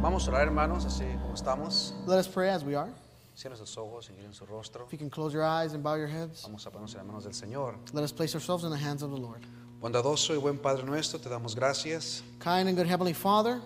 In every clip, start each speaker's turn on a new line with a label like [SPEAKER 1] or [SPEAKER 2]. [SPEAKER 1] Vamos a orar, hermanos, así como estamos.
[SPEAKER 2] Let us pray as we are.
[SPEAKER 1] Cierren sus ojos y miren su rostro.
[SPEAKER 2] If you can close your eyes and bow your heads,
[SPEAKER 1] Vamos a ponernos en las manos del Señor.
[SPEAKER 2] let us place ourselves in the hands of the Lord.
[SPEAKER 1] Bondadoso y buen Padre nuestro, te damos gracias
[SPEAKER 2] Kind and good Heavenly Father,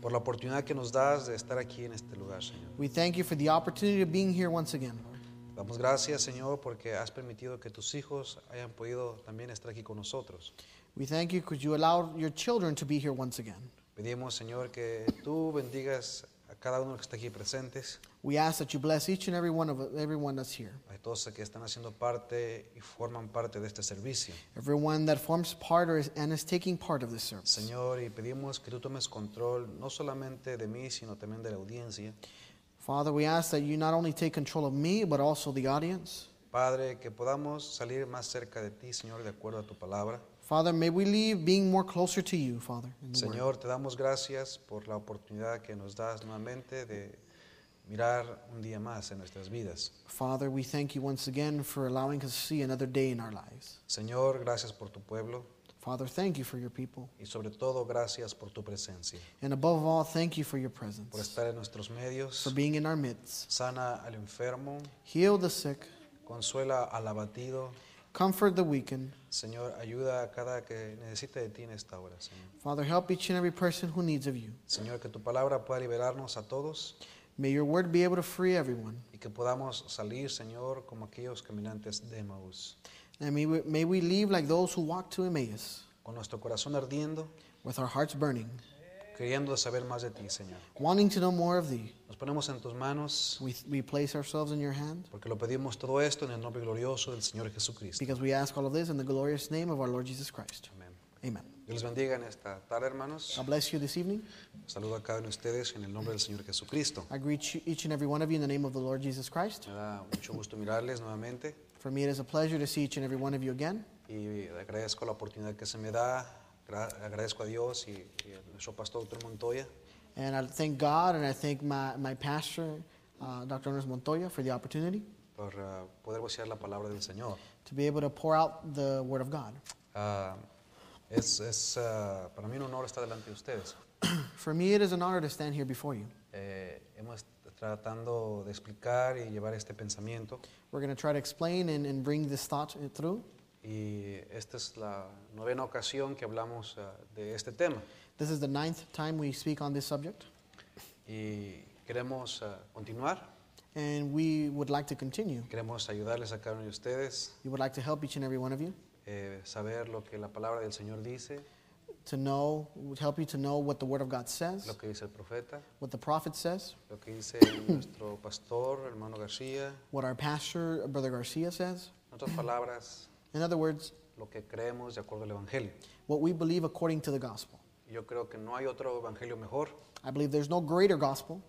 [SPEAKER 1] por la oportunidad que nos das de estar aquí en este lugar, Señor.
[SPEAKER 2] we thank you for the opportunity of being here once again. Lord.
[SPEAKER 1] Te damos gracias, Señor, porque has permitido que tus hijos hayan podido también estar aquí con nosotros.
[SPEAKER 2] We thank you because you allowed your children to be here once again.
[SPEAKER 1] Pedimos, Señor, que tú bendigas a cada uno que está aquí presentes,
[SPEAKER 2] We ask that you bless each and every one of everyone that's here,
[SPEAKER 1] a todos que están haciendo parte y forman parte de este servicio.
[SPEAKER 2] everyone that forms part or is, and is taking part of this service.
[SPEAKER 1] Señor, y pedimos que tú tomes control no solamente de mí, sino también de la audiencia.
[SPEAKER 2] Father, we ask that you not only take control of me, but also the audience.
[SPEAKER 1] Padre, que podamos salir más cerca de ti, Señor, de acuerdo a tu palabra.
[SPEAKER 2] Father, may we leave being more closer to you, Father. in the Word.
[SPEAKER 1] Señor, te damos gracias por la oportunidad que nos das nuevamente de mirar un día más en nuestras vidas.
[SPEAKER 2] Father, we thank you once again for allowing us to see another day in our lives.
[SPEAKER 1] Señor, gracias por tu pueblo
[SPEAKER 2] Father, thank you for your people.
[SPEAKER 1] y sobre todo gracias por tu presencia,
[SPEAKER 2] And above all, thank you for your
[SPEAKER 1] por
[SPEAKER 2] presence,
[SPEAKER 1] estar en nuestros
[SPEAKER 2] for
[SPEAKER 1] medios.
[SPEAKER 2] being in our midst.
[SPEAKER 1] Sana al enfermo,
[SPEAKER 2] Heal the sick,
[SPEAKER 1] consuela al abatido.
[SPEAKER 2] comfort the weakened.
[SPEAKER 1] Señor, ayuda a cada que necesite de ti en esta hora, Señor.
[SPEAKER 2] Father, help each and every person who needs of you.
[SPEAKER 1] Señor, que tu palabra pueda liberarnos a todos
[SPEAKER 2] May your word be able to free everyone.
[SPEAKER 1] y que podamos salir, Señor, como aquellos caminantes de Emaús,
[SPEAKER 2] And may we, may we leave like those who walked to Emmaus,
[SPEAKER 1] con nuestro corazón ardiendo,
[SPEAKER 2] with our hearts burning,
[SPEAKER 1] queriendo saber más de ti, Señor.
[SPEAKER 2] wanting to know more of thee.
[SPEAKER 1] Nos ponemos en tus manos
[SPEAKER 2] We, we place ourselves in your hand
[SPEAKER 1] porque lo pedimos todo esto en el nombre glorioso del Señor Jesucristo.
[SPEAKER 2] because we ask all of this in the glorious name of our Lord Jesus Christ.
[SPEAKER 1] Amén.
[SPEAKER 2] Amen.
[SPEAKER 1] Dios les bendiga en esta tarde, hermanos.
[SPEAKER 2] God bless you this evening.
[SPEAKER 1] Saludo a cada uno de ustedes en el nombre del Señor Jesucristo.
[SPEAKER 2] I greet you, each and every one of you in the name of the Lord Jesus Christ.
[SPEAKER 1] Me da mucho gusto mirarles nuevamente
[SPEAKER 2] For me, it is a pleasure to see each and every one of you again.
[SPEAKER 1] y agradezco la oportunidad que se me da. Gra- agradezco a Dios y, y a nuestro pastor, doctor Montoya,
[SPEAKER 2] And I thank God and I thank my, my pastor, uh, Dr. Ernest Montoya, for the opportunity
[SPEAKER 1] por ah, poder vocear la palabra del Señor.
[SPEAKER 2] to be able to pour out the Word of God.
[SPEAKER 1] Ah, es es, ah, para mí un honor estar delante de ustedes.
[SPEAKER 2] For me, it is an honor to stand here before you.
[SPEAKER 1] Eh, hemos tratando de explicar y llevar este pensamiento
[SPEAKER 2] We're going to try to explain and, and bring this thought through.
[SPEAKER 1] y esta es la novena ocasión que hablamos ah, de este tema
[SPEAKER 2] This is the ninth time we speak on this subject,
[SPEAKER 1] y queremos ah, continuar,
[SPEAKER 2] and we would like to continue.
[SPEAKER 1] queremos ayudarles a cada uno de ustedes
[SPEAKER 2] We would like to help each and every one of you
[SPEAKER 1] eh, saber lo que la palabra del Señor dice,
[SPEAKER 2] to know, would help you to know what the Word of God says,
[SPEAKER 1] lo que dice el profeta,
[SPEAKER 2] what the prophet says,
[SPEAKER 1] lo que dice nuestro pastor, hermano García,
[SPEAKER 2] what our pastor, Brother Garcia, says.
[SPEAKER 1] en otras palabras,
[SPEAKER 2] In other words,
[SPEAKER 1] lo que creemos de acuerdo al Evangelio.
[SPEAKER 2] what we believe according to the gospel.
[SPEAKER 1] Yo creo que no hay otro evangelio mejor
[SPEAKER 2] I believe there's no greater gospel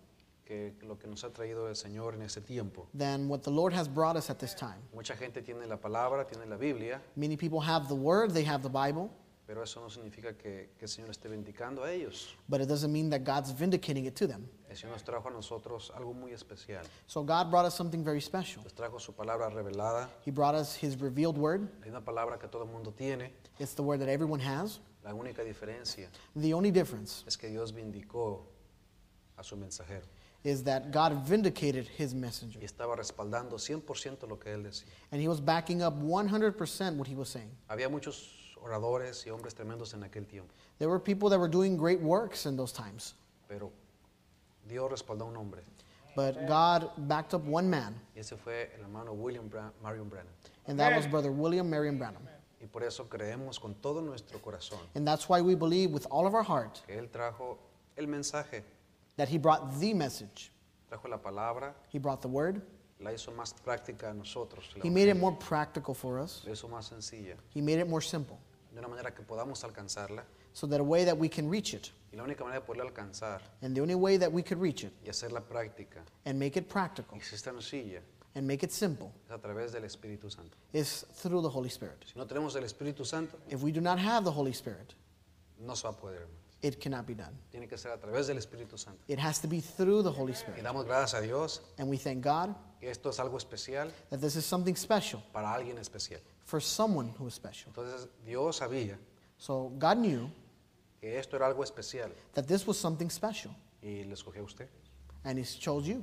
[SPEAKER 1] que lo que nos ha traído el Señor en este tiempo.
[SPEAKER 2] than what the Lord has brought us at this time.
[SPEAKER 1] Mucha gente tiene la palabra, tiene la Biblia,
[SPEAKER 2] Many people have the Word, they have the Bible,
[SPEAKER 1] pero eso no significa que, que el Señor esté vindicando a ellos.
[SPEAKER 2] but it doesn't mean that God's vindicating it to them.
[SPEAKER 1] El Señor nos trajo a nosotros algo muy especial.
[SPEAKER 2] So God brought us something very special.
[SPEAKER 1] Nos trajo su palabra revelada.
[SPEAKER 2] He brought us His revealed Word.
[SPEAKER 1] Hay una palabra que todo el mundo tiene.
[SPEAKER 2] It's the Word that everyone has.
[SPEAKER 1] La única diferencia
[SPEAKER 2] The only difference
[SPEAKER 1] es que Dios vindicó a su mensajero
[SPEAKER 2] is that God vindicated His messenger,
[SPEAKER 1] y estaba respaldando 100% lo que él decía.
[SPEAKER 2] and He was backing up 100% what He was saying.
[SPEAKER 1] Había muchos oradores y hombres tremendos en aquel tiempo,
[SPEAKER 2] There were people that were doing great works in those times,
[SPEAKER 1] pero Dios respaldó a un hombre.
[SPEAKER 2] but God backed up one man,
[SPEAKER 1] Y ese fue el hermano William Bra- Marion Brennan.
[SPEAKER 2] and that was Brother William Marion Branham.
[SPEAKER 1] Y por eso creemos con todo nuestro corazón
[SPEAKER 2] And that's why we believe with all of our heart
[SPEAKER 1] que Él trajo el mensaje,
[SPEAKER 2] that he brought the message.
[SPEAKER 1] trajo la palabra,
[SPEAKER 2] He brought the word.
[SPEAKER 1] la hizo más práctica a nosotros, el
[SPEAKER 2] He made it
[SPEAKER 1] Evangelio,
[SPEAKER 2] more practical for us.
[SPEAKER 1] la hizo más sencilla,
[SPEAKER 2] He made it more simple
[SPEAKER 1] de una manera que podamos alcanzarla.
[SPEAKER 2] so that a way that we can reach it.
[SPEAKER 1] Y la única manera de poderla alcanzar
[SPEAKER 2] And the only way that we could reach it
[SPEAKER 1] y hacerla práctica
[SPEAKER 2] and make it practical
[SPEAKER 1] y ser sencilla
[SPEAKER 2] and make it simple
[SPEAKER 1] es a través del Espíritu Santo.
[SPEAKER 2] is through the Holy Spirit.
[SPEAKER 1] Si no tenemos el Espíritu Santo,
[SPEAKER 2] If we do not have the Holy Spirit,
[SPEAKER 1] no se va a poder, hermanos.
[SPEAKER 2] it cannot be done.
[SPEAKER 1] Tiene que ser a través del Espíritu Santo.
[SPEAKER 2] It has to be through the Holy
[SPEAKER 1] Y
[SPEAKER 2] Spirit.
[SPEAKER 1] damos gracias a Dios
[SPEAKER 2] And we thank God
[SPEAKER 1] que esto es algo especial
[SPEAKER 2] that this is something special
[SPEAKER 1] para alguien especial.
[SPEAKER 2] for someone who is special.
[SPEAKER 1] Entonces Dios sabía
[SPEAKER 2] So God knew
[SPEAKER 1] que esto era algo especial
[SPEAKER 2] that this was something special.
[SPEAKER 1] y y le escogió a usted.
[SPEAKER 2] and He chose you.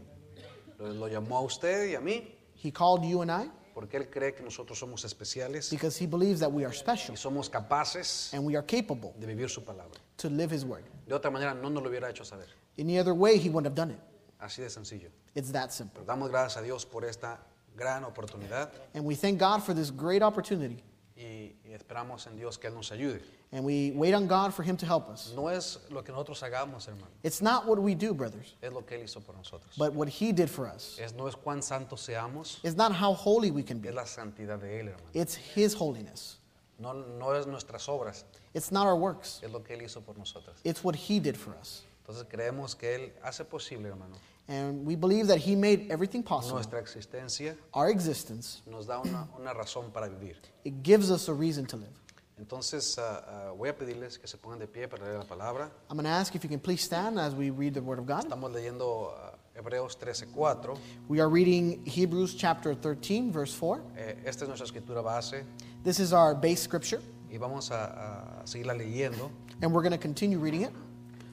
[SPEAKER 1] Lo, lo llamó a usted y a mí
[SPEAKER 2] He called you and I
[SPEAKER 1] porque Él cree que nosotros somos especiales
[SPEAKER 2] because He believes that we are
[SPEAKER 1] y
[SPEAKER 2] special
[SPEAKER 1] somos capaces
[SPEAKER 2] and we are capable
[SPEAKER 1] de vivir su palabra.
[SPEAKER 2] to live His word.
[SPEAKER 1] De otra manera no nos lo hubiera hecho saber.
[SPEAKER 2] Any other way, He wouldn't have done it.
[SPEAKER 1] Así de sencillo.
[SPEAKER 2] It's that simple.
[SPEAKER 1] Pero damos gracias a Dios por esta gran oportunidad
[SPEAKER 2] And we thank God for this great opportunity.
[SPEAKER 1] y, y esperamos en Dios que Él nos ayude.
[SPEAKER 2] And we wait on God for Him to help us.
[SPEAKER 1] No es lo que nosotros hagamos, hermano,
[SPEAKER 2] It's not what we do, brothers,
[SPEAKER 1] es lo que Él hizo por nosotros.
[SPEAKER 2] but what He did for us.
[SPEAKER 1] Es, no es cuán santos seamos,
[SPEAKER 2] It's not how holy we can be,
[SPEAKER 1] es la santidad de Él, hermano.
[SPEAKER 2] it's His holiness.
[SPEAKER 1] No, no es nuestras obras,
[SPEAKER 2] It's not our works,
[SPEAKER 1] es lo que Él hizo por nosotros.
[SPEAKER 2] it's what He did for us.
[SPEAKER 1] Entonces creemos que Él hace posible, hermano,
[SPEAKER 2] And we believe that He made everything possible.
[SPEAKER 1] nuestra existencia,
[SPEAKER 2] Our existence,
[SPEAKER 1] nos da una, una razón para vivir.
[SPEAKER 2] it gives us a reason to live.
[SPEAKER 1] Entonces ah, ah, voy a pedirles que se pongan de pie para leer la palabra.
[SPEAKER 2] I'm going to ask if you can please stand as we read the Word of God.
[SPEAKER 1] Estamos leyendo ah, Hebreos 13:4.
[SPEAKER 2] We are reading Hebrews chapter 13, verse 4.
[SPEAKER 1] Eh, esta es nuestra escritura base
[SPEAKER 2] This is our base scripture,
[SPEAKER 1] y vamos a, a seguirla leyendo
[SPEAKER 2] and we're going to continue reading it,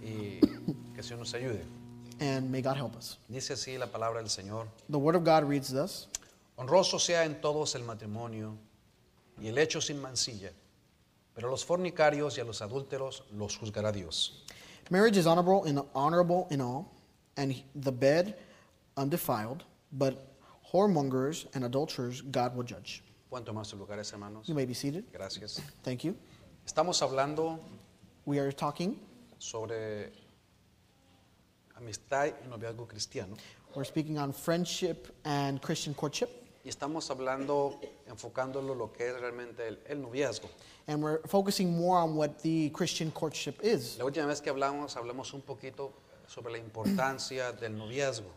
[SPEAKER 1] y que Dios nos ayude.
[SPEAKER 2] and may God help us.
[SPEAKER 1] Dice así la palabra del Señor.
[SPEAKER 2] The Word of God reads thus
[SPEAKER 1] Honroso sea en todos el matrimonio y el hecho sin mancilla, pero a los fornicarios y a los adúlteros los juzgará Dios.
[SPEAKER 2] Marriage is honorable in, honorable in all, and the bed undefiled, but whoremongers and adulterers God will judge.
[SPEAKER 1] ¿Pueden tomar sus lugares, hermanos?
[SPEAKER 2] You may be seated.
[SPEAKER 1] Gracias.
[SPEAKER 2] Thank you.
[SPEAKER 1] Estamos hablando
[SPEAKER 2] We are talking,
[SPEAKER 1] sobre amistad y noviazgo cristiano.
[SPEAKER 2] we're speaking on friendship and Christian courtship,
[SPEAKER 1] Y estamos hablando, enfocándolo lo que es realmente el, el noviazgo.
[SPEAKER 2] and we're focusing more on what the Christian courtship is.
[SPEAKER 1] La última vez que hablamos, hablamos un poquito sobre la importancia del noviazgo.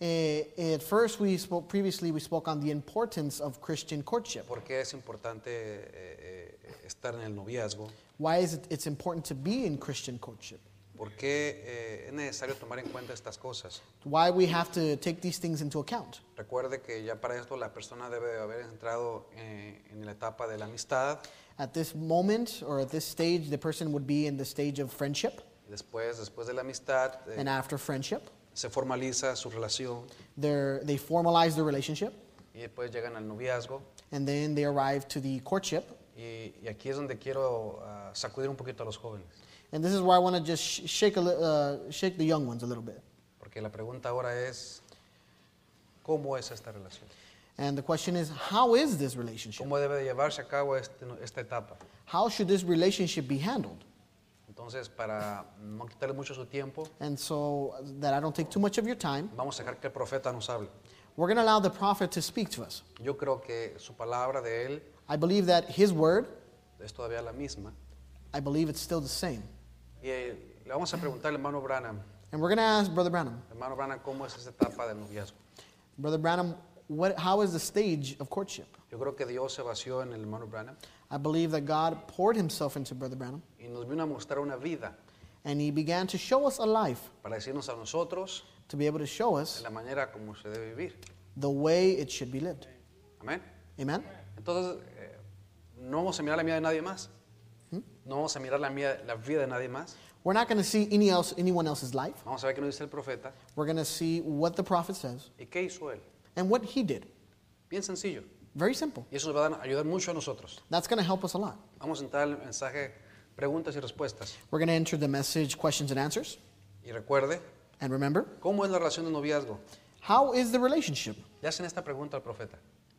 [SPEAKER 2] Eh, At first, we spoke previously, we spoke on the importance of Christian courtship.
[SPEAKER 1] ¿Por qué es importante eh, eh, estar en el noviazgo?
[SPEAKER 2] Why is it it's important to be in Christian courtship?
[SPEAKER 1] ¿Por qué eh, es necesario tomar en cuenta estas cosas?
[SPEAKER 2] Why we have to take these things into account.
[SPEAKER 1] Recuerde que ya para esto la persona debe de haber entrado eh, en la etapa de la amistad
[SPEAKER 2] At this moment or at this stage, the person would be in the stage of friendship,
[SPEAKER 1] y después, después de la amistad, eh,
[SPEAKER 2] and after friendship,
[SPEAKER 1] se formaliza su relación
[SPEAKER 2] they're, they formalize their relationship,
[SPEAKER 1] y después llegan al noviazgo.
[SPEAKER 2] and then they arrive to the courtship.
[SPEAKER 1] Y, y aquí es donde quiero ah, sacudir un poquito a los jóvenes,
[SPEAKER 2] And this is where I want to just sh- shake, a li- uh, shake the young ones a little bit.
[SPEAKER 1] porque la pregunta ahora es, ¿cómo es esta relación?
[SPEAKER 2] And the question is, how is this relationship?
[SPEAKER 1] ¿Cómo debe de llevarse a cabo este- esta etapa?
[SPEAKER 2] How should this relationship be handled?
[SPEAKER 1] Entonces, para no quitarle mucho su tiempo,
[SPEAKER 2] And so that I don't take too much of your time,
[SPEAKER 1] vamos a dejar que el profeta nos hable.
[SPEAKER 2] we're going to allow the prophet to speak to us.
[SPEAKER 1] Yo creo que su palabra de él
[SPEAKER 2] I believe that his word,
[SPEAKER 1] es todavía la misma.
[SPEAKER 2] I believe it's still the same.
[SPEAKER 1] Y eh, le vamos a preguntar al hermano Branham,
[SPEAKER 2] And we're going to ask Brother Branham.
[SPEAKER 1] hermano Branham, ¿cómo es esta etapa del noviazgo?
[SPEAKER 2] Brother Branham, what, how is the stage of courtship?
[SPEAKER 1] Yo creo que Dios se vació en el hermano Branham
[SPEAKER 2] I believe that God poured himself into Brother Branham
[SPEAKER 1] y nos vino a mostrar una vida
[SPEAKER 2] and he began to show us a life
[SPEAKER 1] para decirnos a nosotros
[SPEAKER 2] to be able to show us
[SPEAKER 1] la manera como se debe vivir.
[SPEAKER 2] the way it should be lived.
[SPEAKER 1] Amén.
[SPEAKER 2] Amen?
[SPEAKER 1] Entonces, eh, no vamos a mirar la vida de nadie más. No vamos a mirar la, mía- la vida de nadie más.
[SPEAKER 2] We're not going to see any else, anyone else's life.
[SPEAKER 1] Vamos a ver qué nos dice el profeta
[SPEAKER 2] We're going to see what the prophet says
[SPEAKER 1] y qué hizo él.
[SPEAKER 2] and what he did.
[SPEAKER 1] Bien sencillo.
[SPEAKER 2] Very simple.
[SPEAKER 1] Y eso nos va a dar- ayudar mucho a nosotros.
[SPEAKER 2] That's going to help us a lot.
[SPEAKER 1] Vamos a entrar al mensaje preguntas y respuestas.
[SPEAKER 2] We're going to enter the message questions and answers.
[SPEAKER 1] Y recuerde,
[SPEAKER 2] And remember,
[SPEAKER 1] ¿cómo es la relación de noviazgo?
[SPEAKER 2] how is the relationship?
[SPEAKER 1] Le hacen esta pregunta al profeta.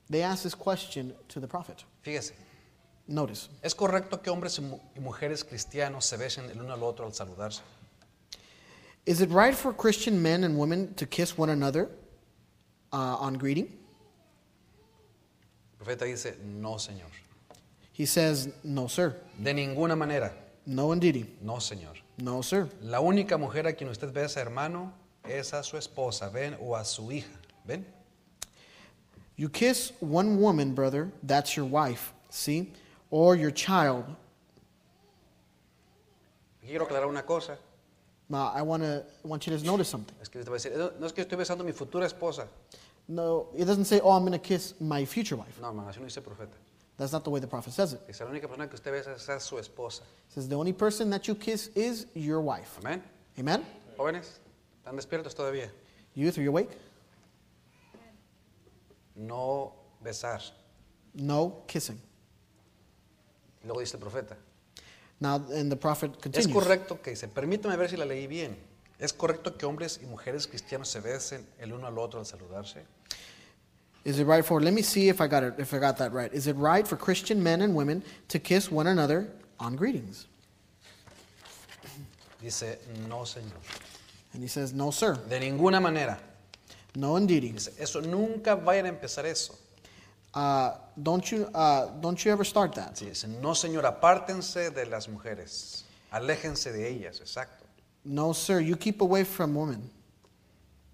[SPEAKER 2] They asked this question to the prophet.
[SPEAKER 1] Fíjese,
[SPEAKER 2] Notice,
[SPEAKER 1] ¿es correcto que hombres y, mu- y mujeres cristianos se besen el uno al otro al saludarse?
[SPEAKER 2] Is it right for Christian men and women to kiss one another uh, on greeting?
[SPEAKER 1] El profeta dice, no, Señor.
[SPEAKER 2] He says, No, sir.
[SPEAKER 1] De ninguna manera.
[SPEAKER 2] No, indeedy.
[SPEAKER 1] No, Señor.
[SPEAKER 2] No, sir.
[SPEAKER 1] La única mujer a quien usted besa, hermano, es a su esposa, ven, o a su hija, ven.
[SPEAKER 2] You kiss one woman, brother, that's your wife, see? Or your child.
[SPEAKER 1] Aquí quiero aclarar una cosa.
[SPEAKER 2] Now, I, wanna, I want you to notice something.
[SPEAKER 1] Es que usted va a decir, "No, no es que estoy besando a mi futura esposa.
[SPEAKER 2] No, it doesn't say, Oh, I'm going to kiss my future wife.
[SPEAKER 1] No, hermano, así no dice el profeta.
[SPEAKER 2] That's not the way the prophet says it.
[SPEAKER 1] Dice, la única persona que usted besa es a su esposa.
[SPEAKER 2] It says, The only person that you kiss is your wife.
[SPEAKER 1] Amén.
[SPEAKER 2] Amen?
[SPEAKER 1] Jóvenes, ¿Están despiertos todavía?
[SPEAKER 2] Youth, are you awake?
[SPEAKER 1] No besar.
[SPEAKER 2] No kissing.
[SPEAKER 1] Y Luego dice el profeta.
[SPEAKER 2] Now, and the prophet
[SPEAKER 1] Es
[SPEAKER 2] continues.
[SPEAKER 1] correcto que dice, permítame ver si la leí bien. ¿Es correcto que hombres y mujeres cristianos se besen el uno al otro al saludarse?
[SPEAKER 2] Is it right for? Let me see if I got it. If I got that right. Is it right for Christian men and women to kiss one another on greetings?
[SPEAKER 1] Dice, no, Señor.
[SPEAKER 2] And he says, No, sir.
[SPEAKER 1] De ninguna manera.
[SPEAKER 2] No, indeedy.
[SPEAKER 1] Dice, eso nunca vayan a empezar eso.
[SPEAKER 2] Uh, don't you? Uh, don't you ever start that?
[SPEAKER 1] Sí, dice, no, Señor, apártense de las mujeres. Aléjense de ellas, exacto.
[SPEAKER 2] No, sir. You keep away from women.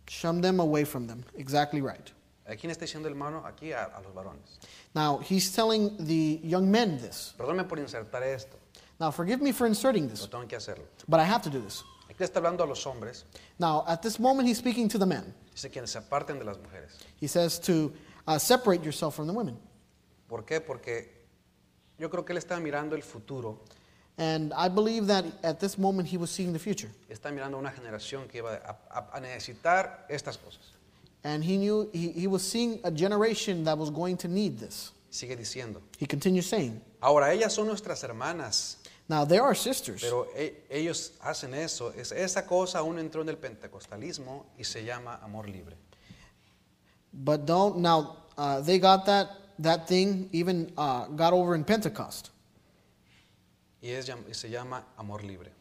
[SPEAKER 2] Shun them away from them. Exactly right.
[SPEAKER 1] ¿A quién está diciendo este el hermano? Aquí a, a los varones.
[SPEAKER 2] Now he's telling the young men this.
[SPEAKER 1] Perdónme por insertar esto,
[SPEAKER 2] Now forgive me for inserting this,
[SPEAKER 1] pero tengo que hacerlo.
[SPEAKER 2] but I have to do this.
[SPEAKER 1] Aquí está hablando a los hombres.
[SPEAKER 2] Now at this moment he's speaking to the men.
[SPEAKER 1] Dice, quienes se aparten de las mujeres.
[SPEAKER 2] He says to uh, separate yourself from the women.
[SPEAKER 1] ¿Por qué? Porque yo creo que él está mirando el futuro,
[SPEAKER 2] And I believe that at this moment he was seeing the future.
[SPEAKER 1] está mirando una generación que iba a, a- a necesitar estas cosas.
[SPEAKER 2] And he knew he, he was seeing a generation that was going to need this.
[SPEAKER 1] Sigue diciendo.
[SPEAKER 2] He continues saying,
[SPEAKER 1] Ahora, ellas son nuestras hermanas,
[SPEAKER 2] Now there are sisters,
[SPEAKER 1] pero e- ellos hacen eso. Es, esa cosa aún entró en el pentecostalismo y se llama amor libre.
[SPEAKER 2] but don't. Now uh, they got that, that thing even uh, got over in Pentecost,
[SPEAKER 1] Y, es llam- y se llama amor libre.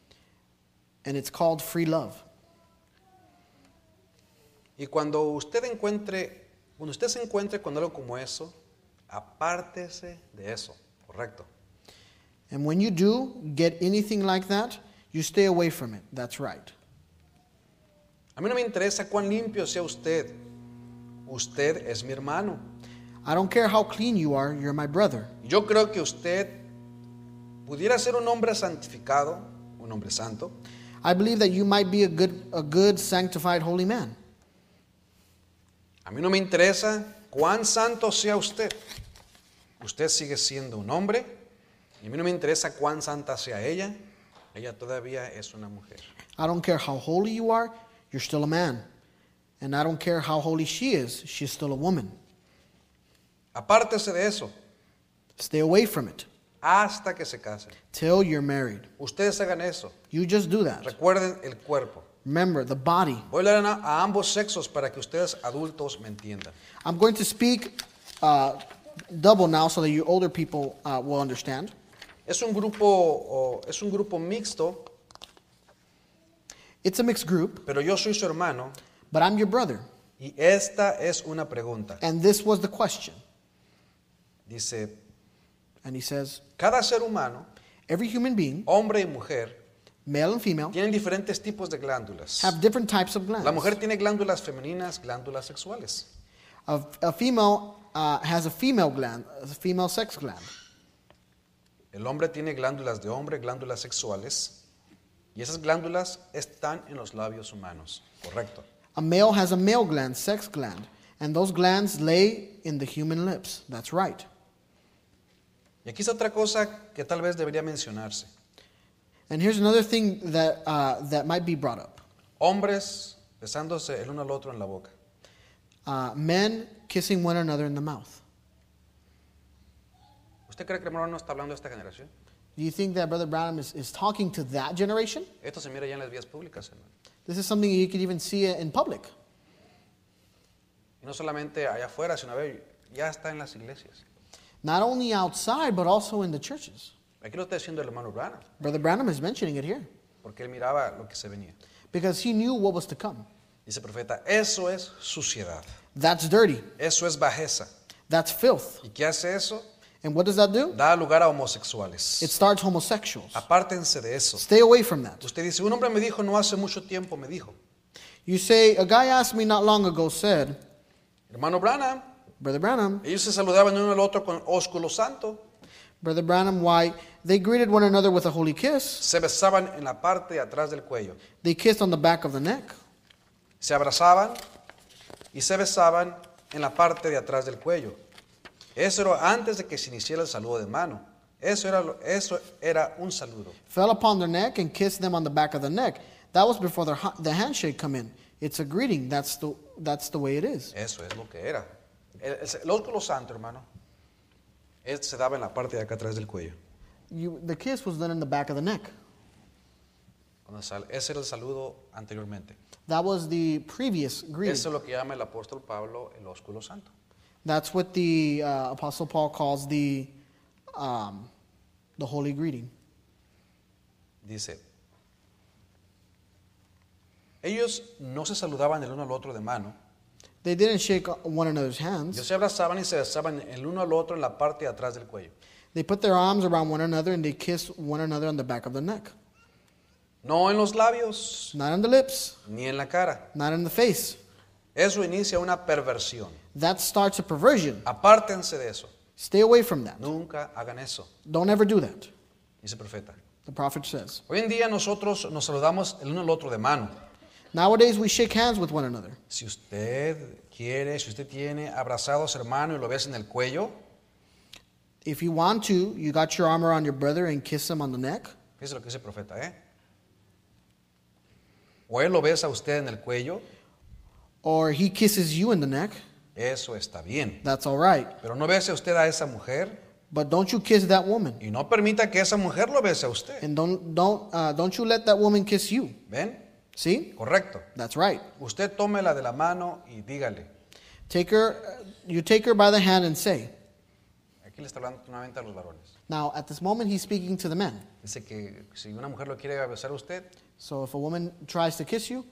[SPEAKER 2] and it's called free love.
[SPEAKER 1] Y cuando usted encuentre, cuando usted se encuentre con algo como eso, apártese de eso, correcto.
[SPEAKER 2] And when you do get anything like that, you stay away from it. That's right.
[SPEAKER 1] A mí no me interesa cuán limpio sea usted. Usted es mi hermano.
[SPEAKER 2] I don't care how clean you are, you're my brother.
[SPEAKER 1] Yo creo que usted pudiera ser un hombre santificado, un hombre santo,
[SPEAKER 2] I believe that you might be a good, a good sanctified, holy man.
[SPEAKER 1] A mí no me interesa cuán santo sea usted. Usted sigue siendo un hombre y a mí no me interesa cuán santa sea ella. Ella todavía es una mujer.
[SPEAKER 2] I don't care how holy you are, you're still a man. And I don't care how holy she is, she's still a woman.
[SPEAKER 1] Apártese de eso
[SPEAKER 2] Stay away from it
[SPEAKER 1] hasta que se casen.
[SPEAKER 2] till you're married.
[SPEAKER 1] Ustedes hagan eso.
[SPEAKER 2] You just do that.
[SPEAKER 1] Recuerden el cuerpo.
[SPEAKER 2] Remember the body.
[SPEAKER 1] Voy a hablar a- a ambos sexos para que ustedes adultos me entiendan.
[SPEAKER 2] I'm going to speak uh, double now so that you older people uh, will understand.
[SPEAKER 1] Es un grupo, o- es un grupo mixto,
[SPEAKER 2] It's a mixed group,
[SPEAKER 1] pero yo soy su hermano
[SPEAKER 2] but I'm your brother.
[SPEAKER 1] y esta es una pregunta.
[SPEAKER 2] And this was the question.
[SPEAKER 1] Dice,
[SPEAKER 2] And he says,
[SPEAKER 1] cada ser humano,
[SPEAKER 2] Every human being,
[SPEAKER 1] hombre y mujer,
[SPEAKER 2] male and female,
[SPEAKER 1] Tienen diferentes tipos de glándulas.
[SPEAKER 2] have different types of
[SPEAKER 1] La mujer
[SPEAKER 2] glands.
[SPEAKER 1] tiene glándulas femeninas, glándulas sexuales.
[SPEAKER 2] A, a female uh, has a female gland, a female sex gland.
[SPEAKER 1] El hombre tiene glándulas de hombre, glándulas sexuales. Y esas glándulas están en los labios humanos. Correcto.
[SPEAKER 2] A male has a male gland, sex gland, and those glands lay in the human lips. That's right.
[SPEAKER 1] Y aquí está otra cosa que tal vez debería mencionarse.
[SPEAKER 2] And here's another thing that, uh, that might be brought up
[SPEAKER 1] Hombres besándose el uno al otro en la boca.
[SPEAKER 2] uh, men kissing one another in the mouth.
[SPEAKER 1] ¿Usted cree que hermano no está hablando de esta generación?
[SPEAKER 2] Do you think that Brother Branham is, is talking to that generation?
[SPEAKER 1] Esto se mira ya en las vías públicas, hermano.
[SPEAKER 2] This is something you could even see in public.
[SPEAKER 1] Y no solamente allá afuera, sino a ver, ya está en las iglesias.
[SPEAKER 2] Not only outside, but also in the churches.
[SPEAKER 1] Aquí lo está diciendo el hermano Branham,
[SPEAKER 2] Brother Branham is mentioning it here
[SPEAKER 1] porque él miraba lo que se venía.
[SPEAKER 2] because he knew what was to come.
[SPEAKER 1] Dice el profeta, eso es suciedad,
[SPEAKER 2] That's dirty.
[SPEAKER 1] eso es bajeza.
[SPEAKER 2] That's filth.
[SPEAKER 1] ¿Y qué hace eso?
[SPEAKER 2] And what does that do?
[SPEAKER 1] Da lugar a
[SPEAKER 2] It
[SPEAKER 1] homosexuales.
[SPEAKER 2] starts homosexuals.
[SPEAKER 1] Apártense de eso.
[SPEAKER 2] Stay away from that.
[SPEAKER 1] Usted dice, un hombre me dijo no hace mucho tiempo, me dijo,
[SPEAKER 2] You say, a guy asked me not long ago, said,
[SPEAKER 1] hermano Branham,
[SPEAKER 2] Brother Branham,
[SPEAKER 1] ellos se saludaban uno al otro con ósculo santo,
[SPEAKER 2] Brother Branham, why they greeted one another with a holy kiss.
[SPEAKER 1] se besaban en la parte de atrás del cuello,
[SPEAKER 2] They kissed on the back of the neck.
[SPEAKER 1] se abrazaban y se besaban en la parte de atrás del cuello. Eso era antes de que se iniciara el saludo de mano. Eso era, lo- eso era un saludo.
[SPEAKER 2] Fell upon their neck and kissed them on the back of the neck. That was before the, ha- the handshake come in. It's a greeting. That's the, that's the way it is.
[SPEAKER 1] Eso es lo que era. El, el- el ósculo santo, hermano, él se daba en la parte de acá atrás del cuello.
[SPEAKER 2] You, the kiss was done in the back of the neck.
[SPEAKER 1] Cuando sal- ese era el saludo anteriormente.
[SPEAKER 2] That was the previous greeting.
[SPEAKER 1] Eso es lo que llama el apóstol Pablo el ósculo santo.
[SPEAKER 2] That's what the uh, Apostle Paul calls the, um, the holy greeting.
[SPEAKER 1] Dice, ellos no se saludaban el uno al otro de mano,
[SPEAKER 2] They didn't shake one another's
[SPEAKER 1] ellos
[SPEAKER 2] hands.
[SPEAKER 1] se abrazaban y se besaban el uno al otro en la parte de atrás del cuello.
[SPEAKER 2] They put their arms around one another and they kissed one another on the back of the neck.
[SPEAKER 1] No en los labios,
[SPEAKER 2] Not on the lips,
[SPEAKER 1] ni en la cara.
[SPEAKER 2] not in the face.
[SPEAKER 1] Eso inicia una perversión.
[SPEAKER 2] That starts a perversion.
[SPEAKER 1] Apártense de eso.
[SPEAKER 2] Stay away from that.
[SPEAKER 1] Nunca hagan eso,
[SPEAKER 2] Don't ever do that,
[SPEAKER 1] dice el profeta.
[SPEAKER 2] the prophet says.
[SPEAKER 1] Hoy en día nosotros nos saludamos el uno al otro de mano.
[SPEAKER 2] Nowadays, we shake hands with one another.
[SPEAKER 1] Si usted quiere, si usted tiene abrazado a su hermano y lo ves en el cuello,
[SPEAKER 2] If you want to, you got your arm around your brother and kiss him on the neck.
[SPEAKER 1] fíjese lo que dice el profeta, ¿eh? O él lo ves a usted en el cuello,
[SPEAKER 2] Or he kisses you in the neck.
[SPEAKER 1] eso está bien.
[SPEAKER 2] That's all right.
[SPEAKER 1] Pero no bese usted a esa mujer
[SPEAKER 2] But don't you kiss that woman.
[SPEAKER 1] y no permita que esa mujer lo bese a usted.
[SPEAKER 2] And don't, don't, uh, don't you let that woman kiss you.
[SPEAKER 1] ¿Ven?
[SPEAKER 2] See?
[SPEAKER 1] Correcto.
[SPEAKER 2] That's right.
[SPEAKER 1] Usted tómela de la mano y dígale.
[SPEAKER 2] Take her, you take her by the hand and say.
[SPEAKER 1] Aquí le está hablando nuevamente a los varones.
[SPEAKER 2] Now, at this moment, he's speaking to the men.
[SPEAKER 1] Dice que si una mujer lo quiere besar a usted, ¿qué
[SPEAKER 2] So if a woman tries to kiss you,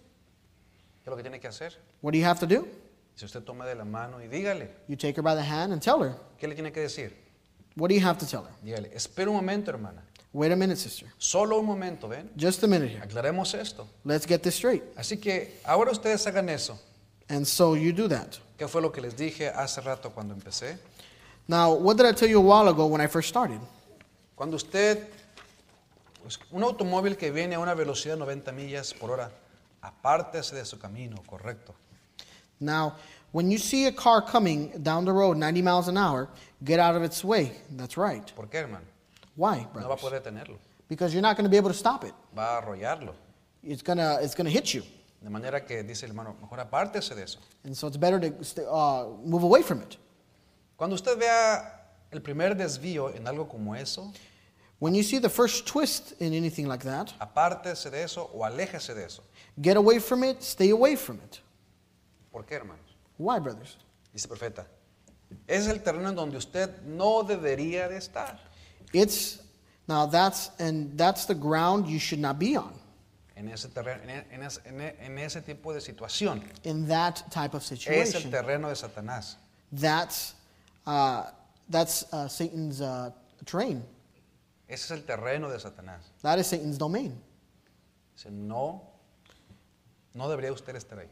[SPEAKER 1] es lo que tiene que hacer?
[SPEAKER 2] what do you have to do?
[SPEAKER 1] Si usted toma de la mano y dígale,
[SPEAKER 2] You take her by the hand and tell her.
[SPEAKER 1] ¿qué le tiene que decir?
[SPEAKER 2] What do you have to tell her?
[SPEAKER 1] Dígale, espera un momento, hermana.
[SPEAKER 2] Wait a minute, sister.
[SPEAKER 1] Solo un momento, ¿ven?
[SPEAKER 2] Just a minute here.
[SPEAKER 1] Aclaremos esto.
[SPEAKER 2] Let's get this straight.
[SPEAKER 1] Así que ahora ustedes hagan eso.
[SPEAKER 2] And so you do that.
[SPEAKER 1] ¿Qué fue lo que les dije hace rato cuando empecé?
[SPEAKER 2] Now, what did I tell you a while ago when I first started?
[SPEAKER 1] Cuando usted, pues, un automóvil que viene a una velocidad de 90 millas por hora, apártese de su camino, correcto.
[SPEAKER 2] Now, when you see a car coming down the road 90 miles an hour, get out of its way. That's right.
[SPEAKER 1] ¿Por qué, hermano?
[SPEAKER 2] Why,
[SPEAKER 1] No va a
[SPEAKER 2] brothers?
[SPEAKER 1] poder detenerlo.
[SPEAKER 2] Because you're not going to be able to stop it.
[SPEAKER 1] Va a arrollarlo.
[SPEAKER 2] It's going to it's gonna hit you.
[SPEAKER 1] De manera que dice el hermano, mejor apártese de eso.
[SPEAKER 2] And so it's better to st- uh, move away from it.
[SPEAKER 1] Cuando usted vea el primer desvío en algo como eso,
[SPEAKER 2] When you see the first twist in anything like that,
[SPEAKER 1] apártese de eso o aléjese de eso.
[SPEAKER 2] get away from it, stay away from it.
[SPEAKER 1] ¿Por qué, hermanos?
[SPEAKER 2] Why, brothers?
[SPEAKER 1] Dice el profeta. Es el terreno en donde usted no debería de estar.
[SPEAKER 2] It's now that's and that's the ground you should not be on
[SPEAKER 1] En ese terreno, en, e- en es- en e- en ese tipo de situación.
[SPEAKER 2] in that type of
[SPEAKER 1] Es el
[SPEAKER 2] situation.
[SPEAKER 1] terreno de Satanás.
[SPEAKER 2] That's uh, that's uh, Satan's uh, terrain.
[SPEAKER 1] Ese es el terreno de Satanás.
[SPEAKER 2] That is Satan's domain.
[SPEAKER 1] Dice, no, no debería usted estar ahí.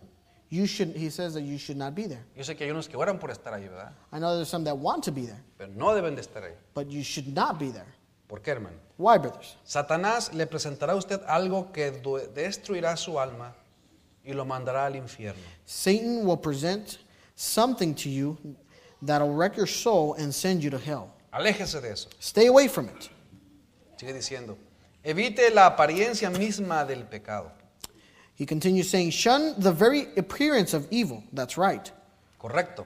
[SPEAKER 2] You should. He says that you should not be there.
[SPEAKER 1] Yo sé que hay unos que oran por estar ahí, ¿verdad?
[SPEAKER 2] I know there's some that want to be there,
[SPEAKER 1] Pero no deben de estar ahí.
[SPEAKER 2] but you should not be there.
[SPEAKER 1] ¿Por qué, hermano?
[SPEAKER 2] Why, brothers?
[SPEAKER 1] Satanás le presentará a usted algo que du- destruirá su alma y lo mandará al infierno.
[SPEAKER 2] Satan will present something to you that'll wreck your soul and send you to hell.
[SPEAKER 1] Aléjese de eso.
[SPEAKER 2] Stay away from it.
[SPEAKER 1] Sigue diciendo, evite la apariencia misma del pecado.
[SPEAKER 2] He continues saying, "Shun the very appearance of evil." That's right.
[SPEAKER 1] Correcto.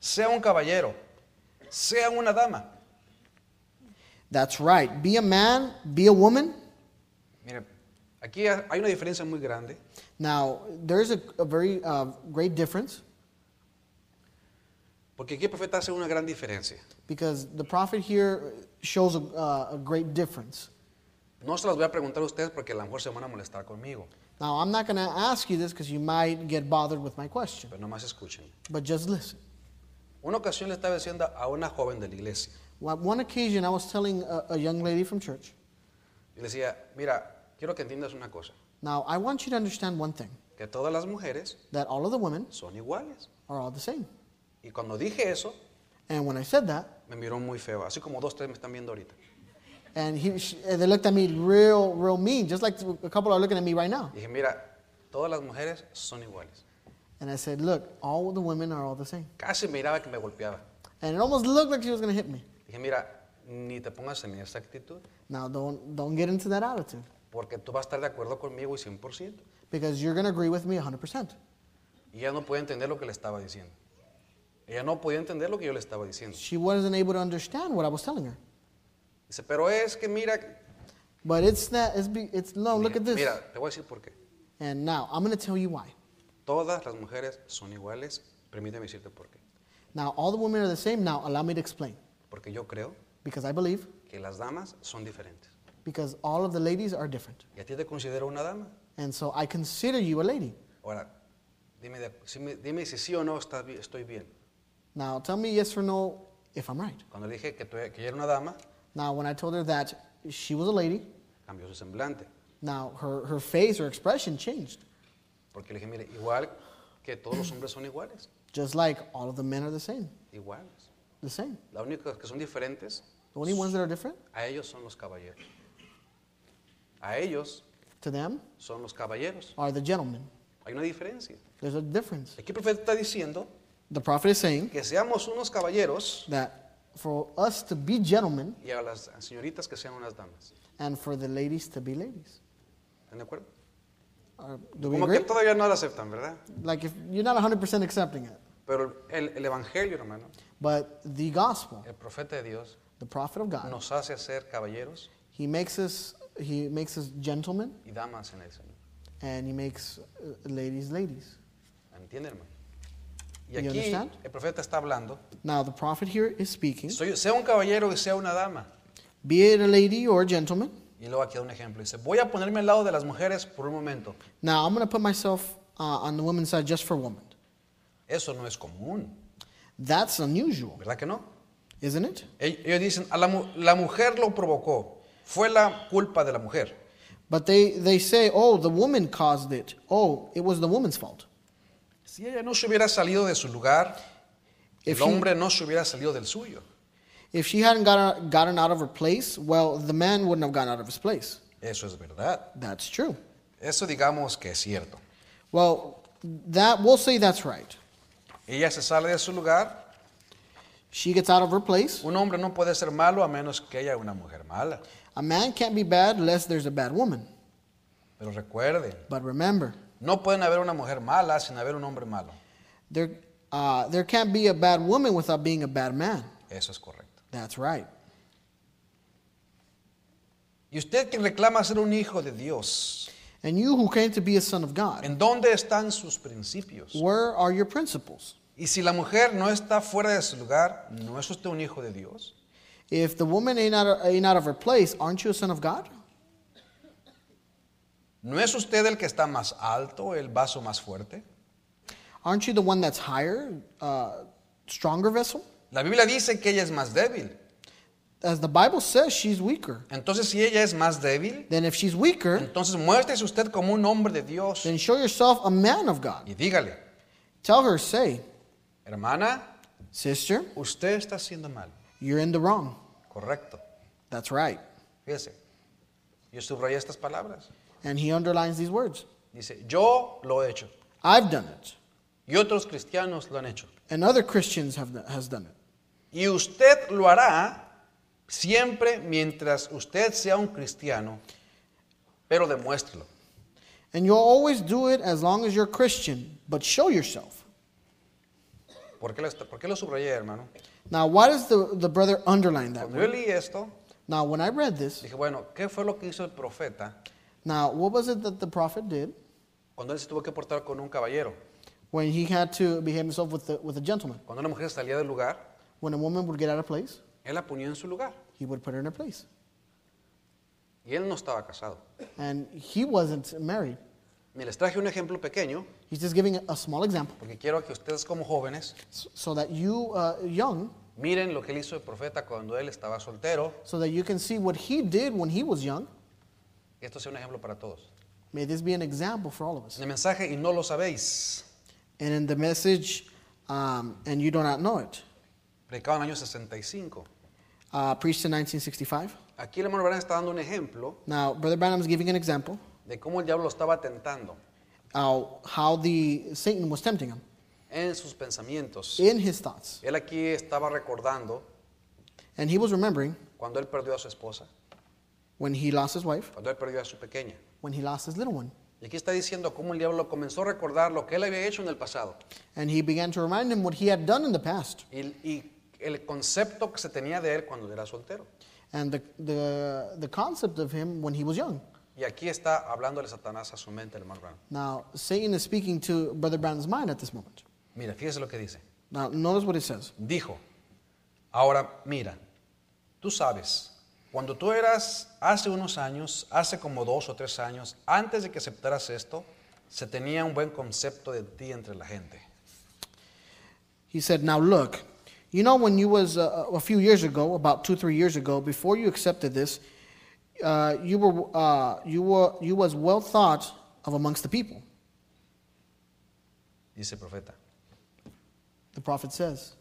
[SPEAKER 1] Sea un caballero, sea una dama.
[SPEAKER 2] That's right. Be a man. Be a woman.
[SPEAKER 1] Mire, aquí ha- hay una diferencia muy grande.
[SPEAKER 2] Now, there's a, a very uh, great difference
[SPEAKER 1] Porque aquí el profeta hace una gran diferencia.
[SPEAKER 2] because the prophet here shows a, uh, a great difference.
[SPEAKER 1] No se las voy a preguntar a ustedes porque a lo mejor se van a molestar conmigo.
[SPEAKER 2] Now, I'm not going to ask you this because you might get bothered with my question,
[SPEAKER 1] Pero nomás escuchen.
[SPEAKER 2] but just listen.
[SPEAKER 1] Una ocasión le estaba diciendo a una joven de la iglesia.
[SPEAKER 2] Well, on one occasion, I was telling a, a young lady from church,
[SPEAKER 1] Y le decía, mira, quiero que entiendas una cosa.
[SPEAKER 2] now, I want you to understand one thing
[SPEAKER 1] Que todas las mujeres
[SPEAKER 2] that all of the women
[SPEAKER 1] son iguales.
[SPEAKER 2] are all the same.
[SPEAKER 1] Y cuando dije eso,
[SPEAKER 2] And when I said that,
[SPEAKER 1] me miró muy feo. Así como dos, tres me están viendo ahorita.
[SPEAKER 2] and he, she, and they looked at me real, real mean, just like a couple are looking at me right now.
[SPEAKER 1] Dije, mira, todas las mujeres son iguales.
[SPEAKER 2] And I said, look, all the women are all the same.
[SPEAKER 1] Casi miraba que me golpeaba.
[SPEAKER 2] And it almost looked like she was going to hit me.
[SPEAKER 1] Dije, mira, ni te pongas en esa actitud.
[SPEAKER 2] Now, don't, don't get into that attitude.
[SPEAKER 1] Porque tú vas a estar de acuerdo conmigo y 100%.
[SPEAKER 2] because you're going to agree with me 100%.
[SPEAKER 1] Y ella no podía entender lo que le estaba diciendo. Ella no podía entender lo que yo le estaba diciendo.
[SPEAKER 2] She wasn't able to understand what I was telling her.
[SPEAKER 1] Dice, pero es que mira,
[SPEAKER 2] But it's that, it's, be, it's no, look at this.
[SPEAKER 1] mira, te voy a decir por qué.
[SPEAKER 2] And now I'm going to tell you why.
[SPEAKER 1] Todas las mujeres son iguales. Permíteme decirte por qué.
[SPEAKER 2] Now, all the women are the same. Now, allow me to explain.
[SPEAKER 1] Porque yo creo
[SPEAKER 2] Because I believe,
[SPEAKER 1] que las damas son diferentes.
[SPEAKER 2] because all of the ladies are different.
[SPEAKER 1] Y a ti te considero una dama.
[SPEAKER 2] And so I consider you a lady.
[SPEAKER 1] Ahora, dime, de- si, me- dime si sí o no estás bi- estoy bien.
[SPEAKER 2] Now, tell me yes or no if I'm right.
[SPEAKER 1] Cuando le dije que, tú- que ella era una dama,
[SPEAKER 2] Now, when I told her that she was a lady,
[SPEAKER 1] cambió su semblante.
[SPEAKER 2] now her, her face, her expression changed.
[SPEAKER 1] Porque le dije, mire, igual que todos los hombres son iguales.
[SPEAKER 2] Just like all of the men are the same.
[SPEAKER 1] Iguales.
[SPEAKER 2] The same.
[SPEAKER 1] Las únicas que son diferentes,
[SPEAKER 2] The only ones that are different
[SPEAKER 1] a ellos son los caballeros. A ellos
[SPEAKER 2] to them
[SPEAKER 1] son los caballeros.
[SPEAKER 2] are the gentlemen.
[SPEAKER 1] Hay una diferencia.
[SPEAKER 2] There's a difference.
[SPEAKER 1] Aquí el profeta está diciendo
[SPEAKER 2] The prophet is saying
[SPEAKER 1] que seamos unos caballeros
[SPEAKER 2] that for us to be gentlemen
[SPEAKER 1] y a las señoritas que sean unas damas.
[SPEAKER 2] and for the ladies to be ladies.
[SPEAKER 1] ¿Están de acuerdo?
[SPEAKER 2] Are- do we
[SPEAKER 1] Como que
[SPEAKER 2] agree?
[SPEAKER 1] todavía no la aceptan, ¿verdad?
[SPEAKER 2] Like, if you're not 100% accepting it,
[SPEAKER 1] Pero el, el Evangelio, hermano,
[SPEAKER 2] but the gospel,
[SPEAKER 1] el profeta de Dios,
[SPEAKER 2] the prophet of God,
[SPEAKER 1] nos hace ser caballeros
[SPEAKER 2] he makes us he makes us gentlemen
[SPEAKER 1] y damas en el Señor.
[SPEAKER 2] and he makes uh, ladies ladies.
[SPEAKER 1] ¿Entienden, hermano? Y
[SPEAKER 2] You
[SPEAKER 1] aquí
[SPEAKER 2] understand?
[SPEAKER 1] el profeta está hablando.
[SPEAKER 2] Now the prophet here is speaking.
[SPEAKER 1] soy- sea un caballero y sea una dama.
[SPEAKER 2] Be it a lady or a gentleman.
[SPEAKER 1] Y luego aquí da un ejemplo. Dice, voy a ponerme al lado de las mujeres por un momento.
[SPEAKER 2] Now I'm going to put myself uh, on the women's side just for women.
[SPEAKER 1] Eso no es común,
[SPEAKER 2] That's unusual,
[SPEAKER 1] ¿verdad que no?
[SPEAKER 2] isn't it?
[SPEAKER 1] Ell- Ellos dicen, "A la, mu- la mujer lo provocó. Fue la culpa de la mujer.
[SPEAKER 2] But they, they say, oh, the woman caused it. Oh, it was the woman's fault.
[SPEAKER 1] Si ella no se hubiera salido de su lugar,
[SPEAKER 2] If
[SPEAKER 1] el
[SPEAKER 2] she-
[SPEAKER 1] hombre no se hubiera salido del suyo.
[SPEAKER 2] If she hadn't got, gotten out of her place, well, the man wouldn't have gotten out of his place.
[SPEAKER 1] Eso es verdad.
[SPEAKER 2] That's true.
[SPEAKER 1] Eso digamos que es cierto.
[SPEAKER 2] Well, that we'll say that's right.
[SPEAKER 1] Ella se sale de su lugar
[SPEAKER 2] She gets out of her place.
[SPEAKER 1] Un hombre no puede ser malo a menos que haya una mujer mala.
[SPEAKER 2] A man can't be bad unless there's a bad woman.
[SPEAKER 1] Pero recuerden,
[SPEAKER 2] But remember,
[SPEAKER 1] no pueden haber una mujer mala sin haber un hombre malo.
[SPEAKER 2] there, uh, there can't be a bad woman without being a bad man.
[SPEAKER 1] Eso es correcto.
[SPEAKER 2] That's right.
[SPEAKER 1] Y usted que reclama ser un hijo de Dios,
[SPEAKER 2] And you who came to be a son of God,
[SPEAKER 1] ¿en dónde están sus principios?
[SPEAKER 2] where are your principles?
[SPEAKER 1] Y si la mujer no está fuera de su lugar, ¿no es usted un hijo de Dios?
[SPEAKER 2] If the woman ain't out, ain't out of her place, aren't you a son of God?
[SPEAKER 1] ¿No es usted el que está más alto, el vaso más fuerte?
[SPEAKER 2] Aren't you the one that's higher, uh, stronger vessel?
[SPEAKER 1] La Biblia dice que ella es más débil.
[SPEAKER 2] As the Bible says, she's weaker.
[SPEAKER 1] Entonces, si ella es más débil,
[SPEAKER 2] Then if she's weaker,
[SPEAKER 1] entonces muéstrese usted como un hombre de Dios
[SPEAKER 2] then show yourself a man of God.
[SPEAKER 1] y dígale,
[SPEAKER 2] Tell her, say,
[SPEAKER 1] hermana,
[SPEAKER 2] sister,
[SPEAKER 1] Usted está haciendo mal.
[SPEAKER 2] you're in the wrong.
[SPEAKER 1] Correcto.
[SPEAKER 2] That's right.
[SPEAKER 1] Fíjese. Yo subrayé estas palabras.
[SPEAKER 2] And he underlines these words.
[SPEAKER 1] Dice, yo lo he hecho.
[SPEAKER 2] I've done it,
[SPEAKER 1] Y otros cristianos lo han hecho.
[SPEAKER 2] and other Christians have has done it.
[SPEAKER 1] Y usted lo hará siempre mientras usted sea un cristiano. Pero demuéstrelo.
[SPEAKER 2] And you'll always do it as long as you're a Christian, but show yourself.
[SPEAKER 1] ¿Por qué lo, está- por qué lo subrayé, hermano?
[SPEAKER 2] Now, why does the, the brother underline that?
[SPEAKER 1] Cuando yo leí esto,
[SPEAKER 2] Now, when I read this,
[SPEAKER 1] dije, bueno, ¿qué fue lo que hizo el profeta
[SPEAKER 2] now, what was it that the prophet did
[SPEAKER 1] cuando él se tuvo que portar con un caballero?
[SPEAKER 2] when he had to behave himself with, the, with a gentleman?
[SPEAKER 1] Cuando una mujer salía del lugar,
[SPEAKER 2] When a woman would get out of place,
[SPEAKER 1] él la ponía en su lugar.
[SPEAKER 2] he would put her in her place.
[SPEAKER 1] Y él no estaba casado.
[SPEAKER 2] And he wasn't married.
[SPEAKER 1] Ni les traje un ejemplo pequeño
[SPEAKER 2] He's just giving a small example
[SPEAKER 1] Porque quiero que ustedes como jóvenes
[SPEAKER 2] s- so that you, uh, young,
[SPEAKER 1] miren lo que él hizo el profeta cuando él estaba soltero.
[SPEAKER 2] so that you can see what he did when he was young.
[SPEAKER 1] Esto sea un ejemplo para todos.
[SPEAKER 2] May this be an example for all of us.
[SPEAKER 1] En el mensaje y no lo sabéis.
[SPEAKER 2] and in the message, um, and you do not know it.
[SPEAKER 1] Predicado en el año 65.
[SPEAKER 2] Uh, preached in 1965.
[SPEAKER 1] Aquí el hermano Branham está dando un ejemplo
[SPEAKER 2] Now, Brother Branham's giving an example
[SPEAKER 1] de cómo el diablo lo estaba tentando
[SPEAKER 2] of how the Satan was tempting him
[SPEAKER 1] en sus pensamientos.
[SPEAKER 2] in his thoughts,
[SPEAKER 1] Él aquí estaba recordando
[SPEAKER 2] and he was remembering
[SPEAKER 1] cuando él perdió a su esposa
[SPEAKER 2] when he lost his wife,
[SPEAKER 1] cuando él perdió a su pequeña.
[SPEAKER 2] when he lost his little one.
[SPEAKER 1] Y aquí está diciendo cómo el diablo comenzó a recordar lo que él había hecho en el pasado.
[SPEAKER 2] And he began to remind him what he had done in the past
[SPEAKER 1] Y, y el concepto que se tenía de él cuando era soltero.
[SPEAKER 2] and the, the, the concept of him when he was young.
[SPEAKER 1] Y aquí está hablándole Satanás a su mente, hermano Branham.
[SPEAKER 2] Now, Satan is speaking to Brother Brandon's mind at this moment.
[SPEAKER 1] Mira, fíjese lo que dice.
[SPEAKER 2] Now, notice what it says.
[SPEAKER 1] Dijo, ahora mira, tú sabes, cuando tú eras hace unos años, hace como dos o tres años, antes de que aceptaras esto, se tenía un buen concepto de ti entre la gente.
[SPEAKER 2] He said, "Now look, you know when you was uh, a few years ago, about two three years ago, before you accepted this, uh, you were uh, you were you was well thought of amongst the people."
[SPEAKER 1] Dice el profeta.
[SPEAKER 2] The prophet says,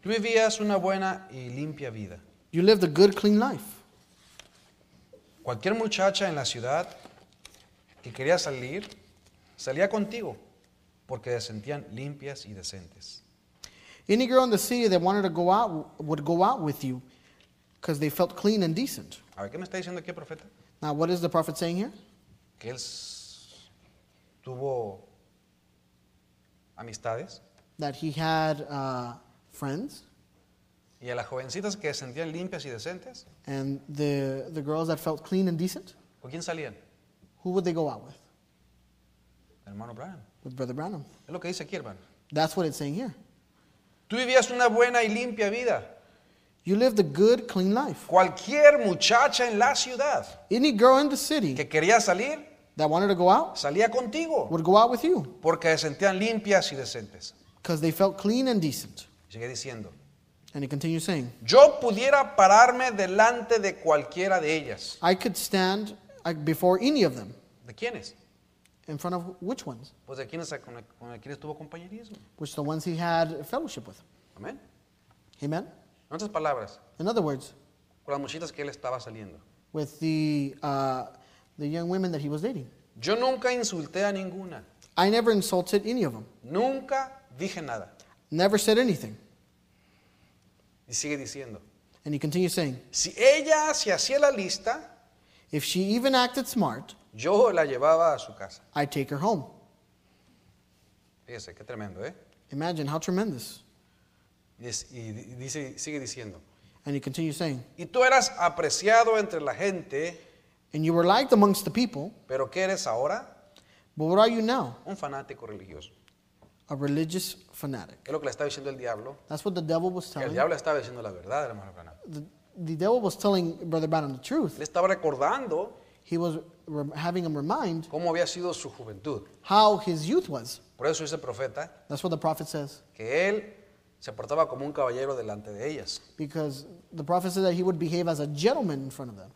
[SPEAKER 1] Tú vivías una buena y limpia vida.
[SPEAKER 2] "You lived a good, clean life.
[SPEAKER 1] Cualquier muchacha en la ciudad que quería salir, salía contigo, porque se sentían limpias y decentes.
[SPEAKER 2] Any girl in the city that wanted to go out would go out with you, because they felt clean and decent."
[SPEAKER 1] A ver, ¿qué me está diciendo aquí el profeta?
[SPEAKER 2] Now, what is the prophet saying here?
[SPEAKER 1] Que él s- tuvo amistades
[SPEAKER 2] That he had uh, friends,
[SPEAKER 1] y a las jovencitas que se sentían limpias y decentes,
[SPEAKER 2] and the the girls that felt clean and decent,
[SPEAKER 1] ¿con quién salían?
[SPEAKER 2] who would they go out with?
[SPEAKER 1] Hermano Branham.
[SPEAKER 2] With Brother Branham.
[SPEAKER 1] Es lo que dice aquí, hermano.
[SPEAKER 2] That's what it's saying here.
[SPEAKER 1] Tú vivías una buena y limpia vida.
[SPEAKER 2] You lived a good, clean life.
[SPEAKER 1] Cualquier muchacha en la ciudad
[SPEAKER 2] Any girl in the city
[SPEAKER 1] que quería salir,
[SPEAKER 2] that wanted to go out
[SPEAKER 1] salía contigo.
[SPEAKER 2] would go out with you
[SPEAKER 1] porque se sentían limpias y decentes.
[SPEAKER 2] because they felt clean and decent.
[SPEAKER 1] Sigue diciendo,
[SPEAKER 2] And he continues saying,
[SPEAKER 1] yo pudiera pararme delante de cualquiera de ellas.
[SPEAKER 2] I could stand uh, before any of them.
[SPEAKER 1] ¿De quiénes?
[SPEAKER 2] In front of which ones?
[SPEAKER 1] Pues de quienes, con, con quienes tuvo compañerismo.
[SPEAKER 2] Which the ones he had fellowship with.
[SPEAKER 1] Amén.
[SPEAKER 2] Amen?
[SPEAKER 1] En otras palabras,
[SPEAKER 2] In other words,
[SPEAKER 1] con las muchachas que él estaba saliendo.
[SPEAKER 2] with the, uh, the young women that he was dating.
[SPEAKER 1] Yo nunca insulté a ninguna.
[SPEAKER 2] I never insulted any of them,
[SPEAKER 1] Nunca dije nada.
[SPEAKER 2] never said anything.
[SPEAKER 1] Y sigue diciendo,
[SPEAKER 2] And he continues saying,
[SPEAKER 1] si ella se hacía la lista,
[SPEAKER 2] If she even acted smart,
[SPEAKER 1] yo la llevaba a su casa.
[SPEAKER 2] I'd take her home.
[SPEAKER 1] Fíjese, qué tremendo, ¿eh?
[SPEAKER 2] Imagine how tremendous.
[SPEAKER 1] Y, es- y di- dice, sigue diciendo,
[SPEAKER 2] And he continues saying,
[SPEAKER 1] y tú eras apreciado entre la gente
[SPEAKER 2] And you were liked amongst the people,
[SPEAKER 1] Pero ¿qué eres ahora?
[SPEAKER 2] but what are you now?
[SPEAKER 1] Un fanático religioso.
[SPEAKER 2] A religious fanatic.
[SPEAKER 1] Es lo que le está diciendo el diablo.
[SPEAKER 2] That's what the devil was
[SPEAKER 1] Que el
[SPEAKER 2] telling.
[SPEAKER 1] diablo le estaba diciendo la verdad, hermano Branham.
[SPEAKER 2] The, the devil was telling Brother Branham the truth.
[SPEAKER 1] Le estaba recordando
[SPEAKER 2] He was re- having him remind
[SPEAKER 1] cómo había sido su juventud.
[SPEAKER 2] how his youth was.
[SPEAKER 1] Por eso dice el profeta
[SPEAKER 2] That's what the prophet says.
[SPEAKER 1] que él se portaba como un caballero delante de ellas.
[SPEAKER 2] Because the prophet said that he would behave as a gentleman in front of them.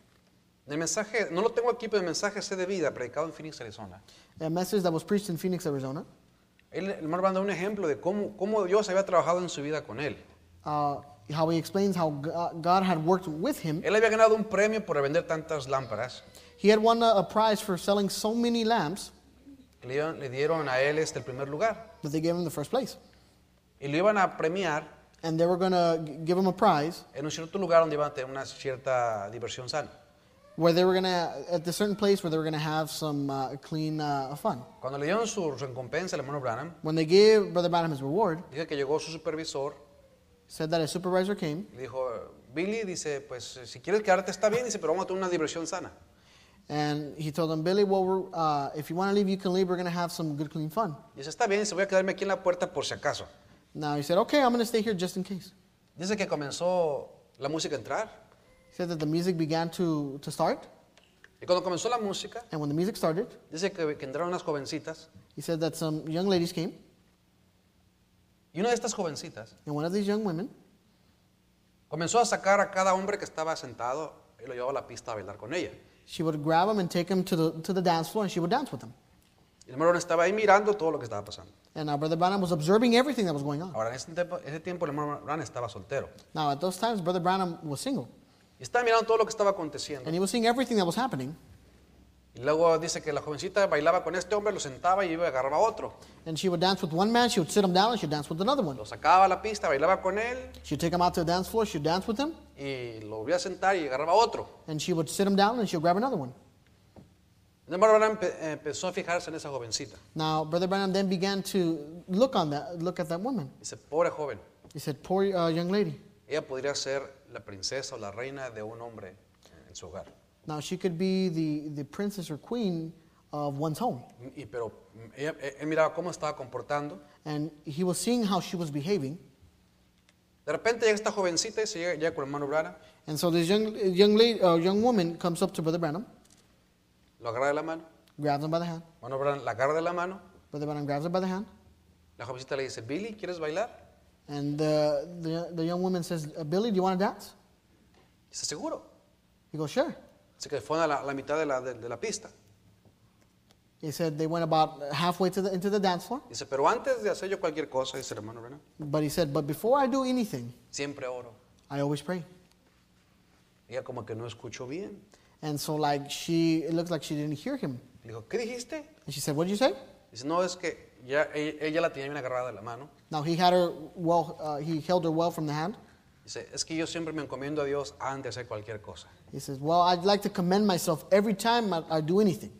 [SPEAKER 1] El mensaje, no lo tengo aquí, pero el mensaje sé de vida, predicado en Phoenix, Arizona.
[SPEAKER 2] A message that was preached in Phoenix, Arizona.
[SPEAKER 1] Él, el hermano Branham da un ejemplo de cómo, cómo Dios había trabajado en su vida con él.
[SPEAKER 2] Uh, how he explains how Go- God had worked with him.
[SPEAKER 1] Él había ganado un premio por vender tantas lámparas.
[SPEAKER 2] He had won a, a prize for selling so many lamps
[SPEAKER 1] que Le dieron, le dieron a él este, el primer lugar.
[SPEAKER 2] that they gave him the first place.
[SPEAKER 1] Y lo iban a premiar
[SPEAKER 2] And they were going to give him a prize
[SPEAKER 1] en un cierto lugar donde iban a tener una cierta diversión sana.
[SPEAKER 2] where they were gonna at the certain place where they were gonna have some uh, clean uh, fun.
[SPEAKER 1] Cuando le dieron su recompensa al hermano Branham,
[SPEAKER 2] When they gave Brother Branham his reward,
[SPEAKER 1] dice que llegó su supervisor
[SPEAKER 2] said that his supervisor came
[SPEAKER 1] y le dijo, Billy, dice, pues si quieres quedarte está bien, dice, pero vamos a tener una diversión sana.
[SPEAKER 2] and he told him, Billy, well, we're, uh, if you want to leave, you can leave. We're gonna have some good clean fun.
[SPEAKER 1] Dice, está bien, dice, voy a quedarme aquí en la puerta por si acaso.
[SPEAKER 2] Now he said, okay, I'm gonna stay here just in case.
[SPEAKER 1] Dice que comenzó la música a entrar.
[SPEAKER 2] He said that the music began to to start,
[SPEAKER 1] Y cuando comenzó la música,
[SPEAKER 2] and when the music started,
[SPEAKER 1] dice que, que entraron unas jovencitas.
[SPEAKER 2] he said that some young ladies came,
[SPEAKER 1] Y una de estas jovencitas
[SPEAKER 2] and one of these young women
[SPEAKER 1] comenzó a sacar a cada hombre que estaba sentado y lo llevaba a la pista a bailar con ella.
[SPEAKER 2] she would grab him and take him to the to the dance floor, and she would dance with him.
[SPEAKER 1] Y el hermano Branham estaba ahí mirando todo lo que estaba pasando.
[SPEAKER 2] And now Brother Branham was observing everything that was going on.
[SPEAKER 1] Ahora, en ese tiempo, ese tiempo el hermano Branham estaba soltero.
[SPEAKER 2] Now at those times, Brother Branham was single.
[SPEAKER 1] Y estaba mirando todo lo que estaba aconteciendo.
[SPEAKER 2] And he was seeing everything that was happening.
[SPEAKER 1] Y luego dice que la jovencita bailaba con este hombre, lo sentaba y iba a agarrar a otro.
[SPEAKER 2] And she would dance with one man, she would sit him down, and she'd dance with another one.
[SPEAKER 1] Lo sacaba a la pista, bailaba con él
[SPEAKER 2] She'd take him out to the dance floor, she'd dance with him,
[SPEAKER 1] y lo volvía a sentar y agarraba a otro.
[SPEAKER 2] and she would sit him down, and she'd grab another one.
[SPEAKER 1] Entonces Barbara empe- empezó a fijarse en esa jovencita.
[SPEAKER 2] Now, Brother Branham then began to look on that, look at that woman.
[SPEAKER 1] Dice, pobre joven,
[SPEAKER 2] He said, "Poor uh, young lady.
[SPEAKER 1] ella podría ser la princesa o la reina de un hombre en su hogar.
[SPEAKER 2] Now she could be the, the princess or queen of one's home."
[SPEAKER 1] Y, pero mm, ella- eh, él miraba cómo estaba comportando.
[SPEAKER 2] And he was seeing how she was behaving.
[SPEAKER 1] De repente llega esta jovencita y se llega, llega con el hermano Brana,
[SPEAKER 2] And so this young young lady, uh, young woman comes up to Brother Branham,
[SPEAKER 1] lo agarra de la mano.
[SPEAKER 2] grabs him by the hand.
[SPEAKER 1] Hermano Branham la agarra de la mano.
[SPEAKER 2] Brother Branham grabs her by the hand,
[SPEAKER 1] La jovencita le dice, Billy, ¿quieres bailar?
[SPEAKER 2] and the, the, the young woman says, "Uh, "Billy, do you want to dance?"
[SPEAKER 1] Dice, seguro.
[SPEAKER 2] He goes, "Sure."
[SPEAKER 1] Así que fue a la, a la mitad de la, de- de la pista.
[SPEAKER 2] He said they went about halfway to the, into the dance floor,
[SPEAKER 1] Dice, pero antes de hacer yo cualquier cosa, dice el hermano Branham,
[SPEAKER 2] but he said, "But before I do anything,
[SPEAKER 1] siempre oro.
[SPEAKER 2] I always pray."
[SPEAKER 1] Ella como que no escuchó bien.
[SPEAKER 2] And so, like she, it looks like she didn't hear him,
[SPEAKER 1] Le dijo, ¿qué dijiste?
[SPEAKER 2] and she said, "What did you say?"
[SPEAKER 1] Dice, no, es que ya, e- ella, la tenía bien agarrada de la mano.
[SPEAKER 2] Now he had her well, uh, he held her well from the hand.
[SPEAKER 1] Dice, es que yo siempre me encomiendo a Dios antes de hacer cualquier cosa.
[SPEAKER 2] He says, "Well, I'd like to commend myself every time I, I do anything."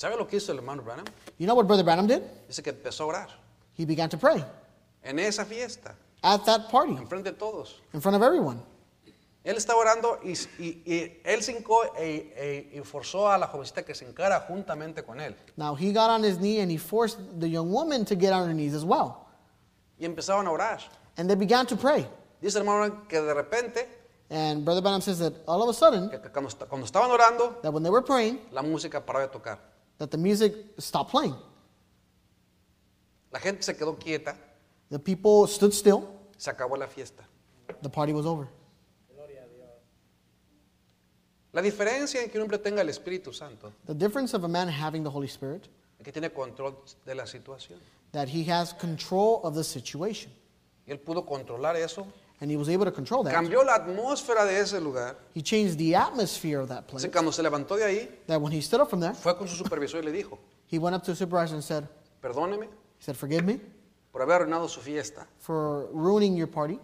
[SPEAKER 1] ¿Sabe lo que hizo el hermano Branham?
[SPEAKER 2] You know what Brother Branham did?
[SPEAKER 1] Dice que empezó a orar.
[SPEAKER 2] He began to pray
[SPEAKER 1] En esa fiesta,
[SPEAKER 2] at that party
[SPEAKER 1] enfrente de todos.
[SPEAKER 2] in front of everyone.
[SPEAKER 1] Él estaba orando y, y- y él se hincó e- e- y forzó a la jovencita que se encara juntamente con él.
[SPEAKER 2] Now he got on his knee and he forced the young woman to get on her knees as well.
[SPEAKER 1] Y empezaban a orar.
[SPEAKER 2] And they began to pray.
[SPEAKER 1] Dice el hermano Branham que de repente,
[SPEAKER 2] And Brother Branham says that all of a sudden,
[SPEAKER 1] que- que cuando, esta- cuando estaban orando,
[SPEAKER 2] that when they were praying,
[SPEAKER 1] la música paró de tocar.
[SPEAKER 2] that the music stopped playing.
[SPEAKER 1] La gente se quedó quieta,
[SPEAKER 2] The people stood still.
[SPEAKER 1] se acabó la fiesta.
[SPEAKER 2] The party was over.
[SPEAKER 1] La diferencia en que un hombre tenga el Espíritu Santo
[SPEAKER 2] The difference of a man having the Holy Spirit,
[SPEAKER 1] es que tiene control de la situación.
[SPEAKER 2] that he has control of the situation.
[SPEAKER 1] Y él pudo controlar eso.
[SPEAKER 2] And he was able to control that.
[SPEAKER 1] Cambió la atmósfera de ese lugar.
[SPEAKER 2] He changed the atmosphere of that place.
[SPEAKER 1] Entonces, cuando se levantó de ahí,
[SPEAKER 2] That when he stood up from there,
[SPEAKER 1] fue con su supervisor y le dijo,
[SPEAKER 2] he went up to the supervisor and said,
[SPEAKER 1] perdóneme
[SPEAKER 2] he said, forgive me
[SPEAKER 1] por haber arruinado su fiesta,
[SPEAKER 2] for ruining your party,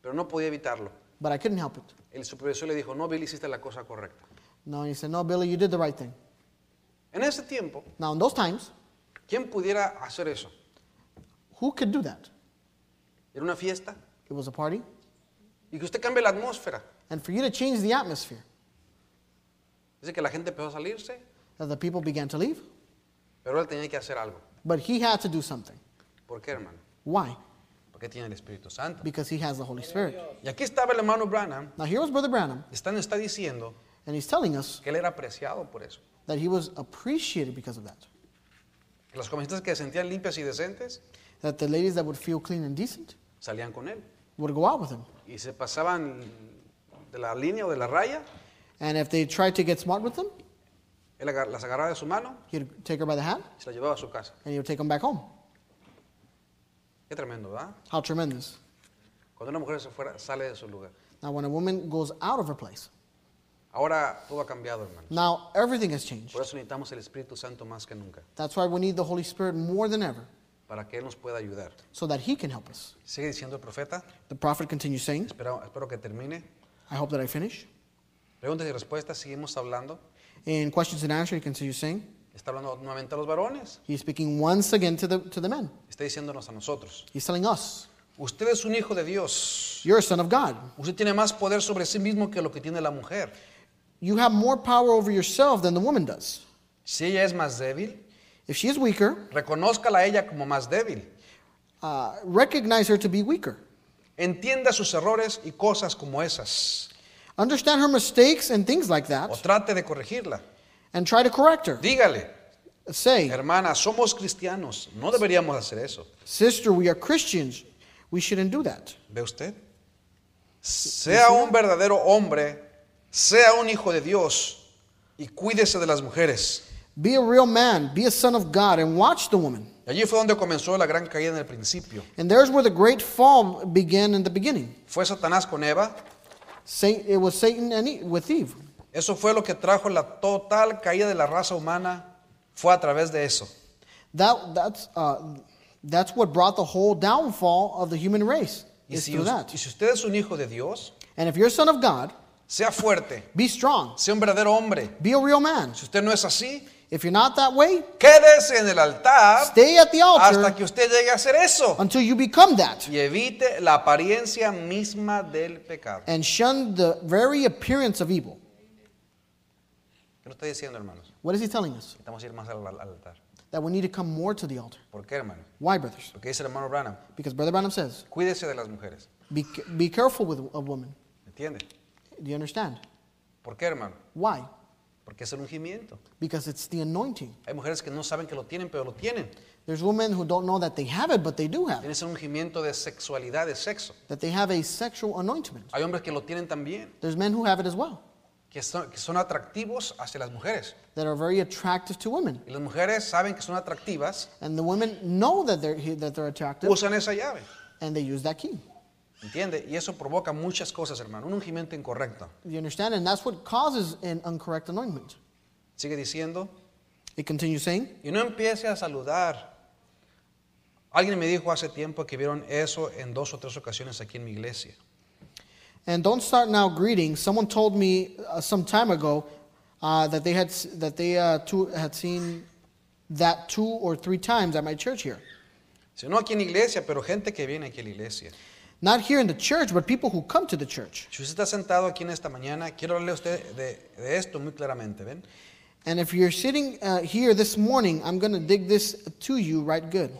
[SPEAKER 1] pero no podía evitarlo.
[SPEAKER 2] but I couldn't help it.
[SPEAKER 1] El supervisor le dijo, no, Bill, hiciste la cosa correcta.
[SPEAKER 2] No, and he said, no, Billy, you did the right thing.
[SPEAKER 1] En ese tiempo,
[SPEAKER 2] Now, in those times,
[SPEAKER 1] ¿quién pudiera hacer eso?
[SPEAKER 2] who could do that?
[SPEAKER 1] Era una fiesta.
[SPEAKER 2] It was a party.
[SPEAKER 1] Y que usted cambie la atmósfera.
[SPEAKER 2] And for you to change the atmosphere,
[SPEAKER 1] Dice que la gente empezó a salirse,
[SPEAKER 2] that the people began to leave,
[SPEAKER 1] pero él tenía que hacer algo.
[SPEAKER 2] but he had to do something.
[SPEAKER 1] ¿Por qué, hermano?
[SPEAKER 2] Why?
[SPEAKER 1] Porque tiene el Espíritu Santo.
[SPEAKER 2] Because he has the Holy Spirit.
[SPEAKER 1] Y aquí estaba el hermano Branham.
[SPEAKER 2] Now, here was Brother Branham,
[SPEAKER 1] Está, está diciendo
[SPEAKER 2] and he's telling us
[SPEAKER 1] que él era apreciado por eso.
[SPEAKER 2] that he was appreciated because of that.
[SPEAKER 1] Que las jovencitas que se sentían limpias y decentes
[SPEAKER 2] That the ladies that would feel clean and decent
[SPEAKER 1] salían con él.
[SPEAKER 2] would go out with him.
[SPEAKER 1] Y se pasaban de la línea o de la raya.
[SPEAKER 2] And if they tried to get smart with them,
[SPEAKER 1] Él agar- las agarraba de su mano
[SPEAKER 2] he'd take her by the hand
[SPEAKER 1] y se las llevaba a su casa.
[SPEAKER 2] and he would take them back home.
[SPEAKER 1] Qué tremendo, ¿verdad?
[SPEAKER 2] How tremendous.
[SPEAKER 1] Cuando una mujer se fuera, sale de su lugar.
[SPEAKER 2] Now, when a woman goes out of her place,
[SPEAKER 1] Ahora todo ha cambiado, hermano.
[SPEAKER 2] now everything has changed.
[SPEAKER 1] Por eso necesitamos el Espíritu Santo más que nunca,
[SPEAKER 2] That's why we need the Holy Spirit more than ever,
[SPEAKER 1] para que Él nos pueda ayudar.
[SPEAKER 2] so that He can help us.
[SPEAKER 1] Sigue diciendo el profeta,
[SPEAKER 2] The prophet continues saying,
[SPEAKER 1] espero, espero que termine.
[SPEAKER 2] I hope that I finish.
[SPEAKER 1] Preguntas y respuestas, seguimos hablando.
[SPEAKER 2] In questions and answers, he continues saying,
[SPEAKER 1] Está hablando nuevamente a los varones,
[SPEAKER 2] He's speaking once again to the, to the men.
[SPEAKER 1] está diciéndonos a nosotros.
[SPEAKER 2] He's telling us,
[SPEAKER 1] Usted es un hijo de Dios.
[SPEAKER 2] You're a son of God.
[SPEAKER 1] Usted tiene más poder sobre sí mismo que lo que tiene la mujer.
[SPEAKER 2] You have more power over yourself than the woman does.
[SPEAKER 1] Si ella es más débil,
[SPEAKER 2] If she is weaker,
[SPEAKER 1] reconózcala a ella como más débil.
[SPEAKER 2] uh, recognize her to be weaker.
[SPEAKER 1] Entienda sus errores y cosas como esas.
[SPEAKER 2] Understand her mistakes and things like
[SPEAKER 1] O
[SPEAKER 2] that,
[SPEAKER 1] trate de corregirla.
[SPEAKER 2] and try to correct her.
[SPEAKER 1] Dígale,
[SPEAKER 2] Say,
[SPEAKER 1] hermana, somos cristianos. No deberíamos hacer eso.
[SPEAKER 2] Sister, we are Christians. We shouldn't do that.
[SPEAKER 1] ¿Ve usted? Sea un verdadero hombre, sea un hijo de Dios y cuídese de las mujeres.
[SPEAKER 2] Be a real man, be a son of God, and watch the woman.
[SPEAKER 1] Y allí fue donde comenzó la gran caída en el principio.
[SPEAKER 2] And there's where the great fall began in the beginning.
[SPEAKER 1] Fue Satanás con Eva,
[SPEAKER 2] Sa- It was Satan and Eve, E, with Eve.
[SPEAKER 1] Eso fue lo que trajo la total caída de la raza humana, fue a través de eso.
[SPEAKER 2] That, that's, uh, that's what brought the whole downfall of the human race.
[SPEAKER 1] Y
[SPEAKER 2] Is
[SPEAKER 1] si,
[SPEAKER 2] through
[SPEAKER 1] us-
[SPEAKER 2] that.
[SPEAKER 1] y si usted es un hijo de Dios,
[SPEAKER 2] And if you're a son of God,
[SPEAKER 1] sea fuerte,
[SPEAKER 2] be strong.
[SPEAKER 1] sea un verdadero hombre.
[SPEAKER 2] Be a real man.
[SPEAKER 1] Si usted no es así,
[SPEAKER 2] If you're not that way,
[SPEAKER 1] quédese en el altar
[SPEAKER 2] stay at the
[SPEAKER 1] hasta
[SPEAKER 2] altar
[SPEAKER 1] que usted llegue a hacer eso.
[SPEAKER 2] until you become that
[SPEAKER 1] Y evite la apariencia misma del pecado.
[SPEAKER 2] and shun the very appearance of evil.
[SPEAKER 1] ¿Qué nos está diciendo, hermanos?
[SPEAKER 2] What is he telling us?
[SPEAKER 1] Estamos a ir más al, al altar.
[SPEAKER 2] That we need to come more to the altar.
[SPEAKER 1] ¿Por qué, hermano?
[SPEAKER 2] Why, brothers?
[SPEAKER 1] Lo que dice el hermano Branham,
[SPEAKER 2] Because Brother Branham says,
[SPEAKER 1] cuídese de las mujeres.
[SPEAKER 2] be, be careful with a woman.
[SPEAKER 1] ¿Entiende?
[SPEAKER 2] Do you understand?
[SPEAKER 1] ¿Por qué, hermano?
[SPEAKER 2] Why?
[SPEAKER 1] Porque es el ungimiento.
[SPEAKER 2] Because it's the anointing.
[SPEAKER 1] Hay mujeres que no saben que lo tienen, pero lo tienen.
[SPEAKER 2] There's women who don't know that they have it, but they do have it.
[SPEAKER 1] Tienen ese ungimiento de sexualidad, de sexo.
[SPEAKER 2] That they have a sexual anointment.
[SPEAKER 1] Hay hombres que lo tienen también,
[SPEAKER 2] There's men who have it as well,
[SPEAKER 1] que son, que son atractivos hacia las mujeres.
[SPEAKER 2] that are very attractive to women.
[SPEAKER 1] Y las mujeres saben que son atractivas,
[SPEAKER 2] And the women know that they're, that they're attractive,
[SPEAKER 1] usan esa llave.
[SPEAKER 2] and they use that key.
[SPEAKER 1] ¿Entiende? Y eso provoca muchas cosas, hermano. Un ungimiento incorrecto.
[SPEAKER 2] You understand? And that's what causes an incorrect anointment.
[SPEAKER 1] Sigue diciendo,
[SPEAKER 2] It continues saying,
[SPEAKER 1] y no empiece a saludar. Alguien me dijo hace tiempo que vieron eso en dos o tres ocasiones aquí en mi iglesia.
[SPEAKER 2] and don't start now greeting. Someone told me uh, some time ago uh, that they had s- that they uh, two, had seen that two or three times at my church here.
[SPEAKER 1] Si no aquí en la iglesia, pero gente que viene aquí a la iglesia.
[SPEAKER 2] Not here in the church, but people who come to the church.
[SPEAKER 1] Si usted está sentado aquí en esta mañana, quiero hablarle a usted de, de esto muy claramente, ¿ven?
[SPEAKER 2] And if you're sitting uh, here this morning, I'm going to dig this to you right good.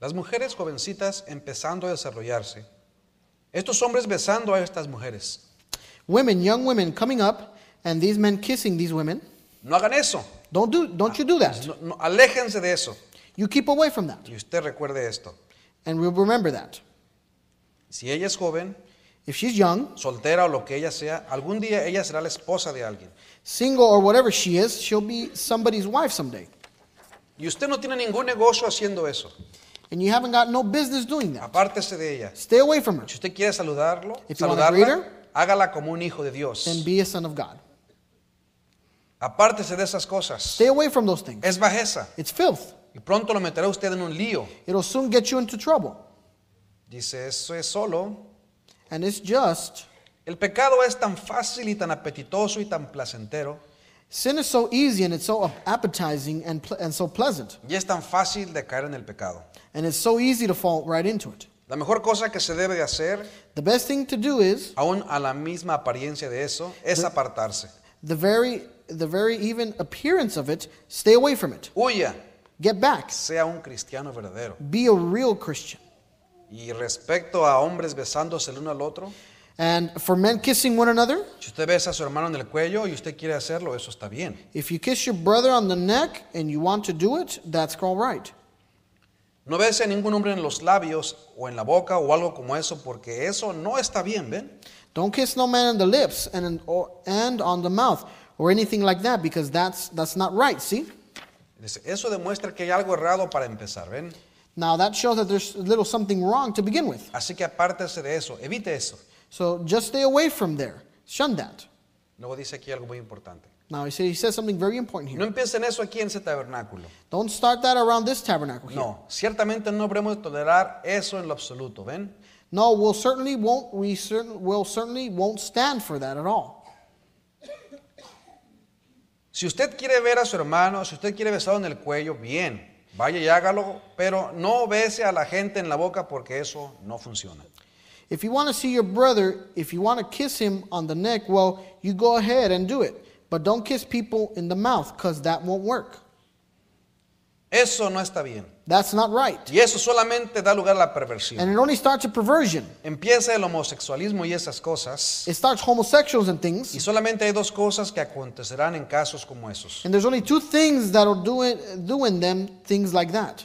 [SPEAKER 1] Las mujeres jovencitas empezando a desarrollarse. Estos hombres besando a estas mujeres.
[SPEAKER 2] Women, young women coming up, and these men kissing these women.
[SPEAKER 1] No hagan eso.
[SPEAKER 2] Don't do, don't you do that.
[SPEAKER 1] No- no, aléjense de eso.
[SPEAKER 2] You keep away from that,
[SPEAKER 1] Y usted recuerde esto.
[SPEAKER 2] and we'll remember that.
[SPEAKER 1] Si ella es joven,
[SPEAKER 2] If she's young,
[SPEAKER 1] soltera o lo que ella sea, algún día ella será la esposa de alguien.
[SPEAKER 2] single, or whatever she is, she'll be somebody's wife someday.
[SPEAKER 1] Y usted no tiene ningún negocio haciendo eso.
[SPEAKER 2] And you haven't got no business doing that.
[SPEAKER 1] Apártese de ella.
[SPEAKER 2] Stay away from her
[SPEAKER 1] Si usted quiere saludarlo,
[SPEAKER 2] If you wanna greet
[SPEAKER 1] saludarla, hágala como un hijo de
[SPEAKER 2] and
[SPEAKER 1] Dios.
[SPEAKER 2] be a son of God.
[SPEAKER 1] Apártese de esas cosas.
[SPEAKER 2] Stay away from those things.
[SPEAKER 1] Es bajeza.
[SPEAKER 2] It's filth.
[SPEAKER 1] Y pronto lo meterá usted en un lío.
[SPEAKER 2] It'll soon get you into trouble.
[SPEAKER 1] Dice, eso es solo.
[SPEAKER 2] And it's just
[SPEAKER 1] El pecado es tan fácil y tan apetitoso y tan placentero.
[SPEAKER 2] sin is so easy and it's so appetizing and, ple- and so pleasant.
[SPEAKER 1] Y es tan fácil de caer en el pecado.
[SPEAKER 2] And it's so easy to fall right into it.
[SPEAKER 1] La mejor cosa que se debe de hacer,
[SPEAKER 2] The best thing to do is
[SPEAKER 1] aún a la misma apariencia de eso, es apartarse.
[SPEAKER 2] the very the very even appearance of it, stay away from it.
[SPEAKER 1] Huya,
[SPEAKER 2] Get back.
[SPEAKER 1] sea un cristiano verdadero.
[SPEAKER 2] Be a real Christian.
[SPEAKER 1] Y respecto a hombres besándose el uno al otro,
[SPEAKER 2] And for men kissing one another,
[SPEAKER 1] si usted besa a su hermano en el cuello y usted quiere hacerlo, eso está bien.
[SPEAKER 2] if you kiss your brother on the neck and you want to do it, that's all right.
[SPEAKER 1] No bese a ningún hombre en los labios o en la boca o algo como eso, porque eso no está bien, ¿ven?
[SPEAKER 2] Don't kiss no man on the lips and on, or, and on the mouth or anything like that because that's that's not right, see?
[SPEAKER 1] Dice, Eso demuestra que hay algo errado para empezar, ¿ven?
[SPEAKER 2] Now that shows that there's a little something wrong to begin with.
[SPEAKER 1] Así que apártese de eso, evite eso.
[SPEAKER 2] So just stay away from there. Shun that.
[SPEAKER 1] Luego dice aquí algo muy importante.
[SPEAKER 2] Now he says, he says something very important here.
[SPEAKER 1] No empiecen eso aquí en ese tabernáculo.
[SPEAKER 2] Don't start that around this tabernacle here.
[SPEAKER 1] No, ciertamente no habremos de tolerar eso en lo absoluto, ¿ven?
[SPEAKER 2] No, we'll certainly won't. We certain will certainly won't stand for that at all.
[SPEAKER 1] Si usted quiere ver a su hermano, si usted quiere besarlo en el cuello, bien, vaya y hágalo, pero no bese a la gente en la boca porque eso no funciona.
[SPEAKER 2] If you want to see your brother, if you want to kiss him on the neck, well, you go ahead and do it. But don't kiss people in the mouth, cause that won't work.
[SPEAKER 1] Eso no está bien.
[SPEAKER 2] That's not right,
[SPEAKER 1] Y eso solamente da lugar a la perversión.
[SPEAKER 2] and it only starts a perversion.
[SPEAKER 1] Empieza el homosexualismo y esas cosas.
[SPEAKER 2] It starts homosexuals and
[SPEAKER 1] Y
[SPEAKER 2] things.
[SPEAKER 1] solamente hay dos cosas que acontecerán en casos como esos.
[SPEAKER 2] And there's only two things that'll do it, doing them things like that.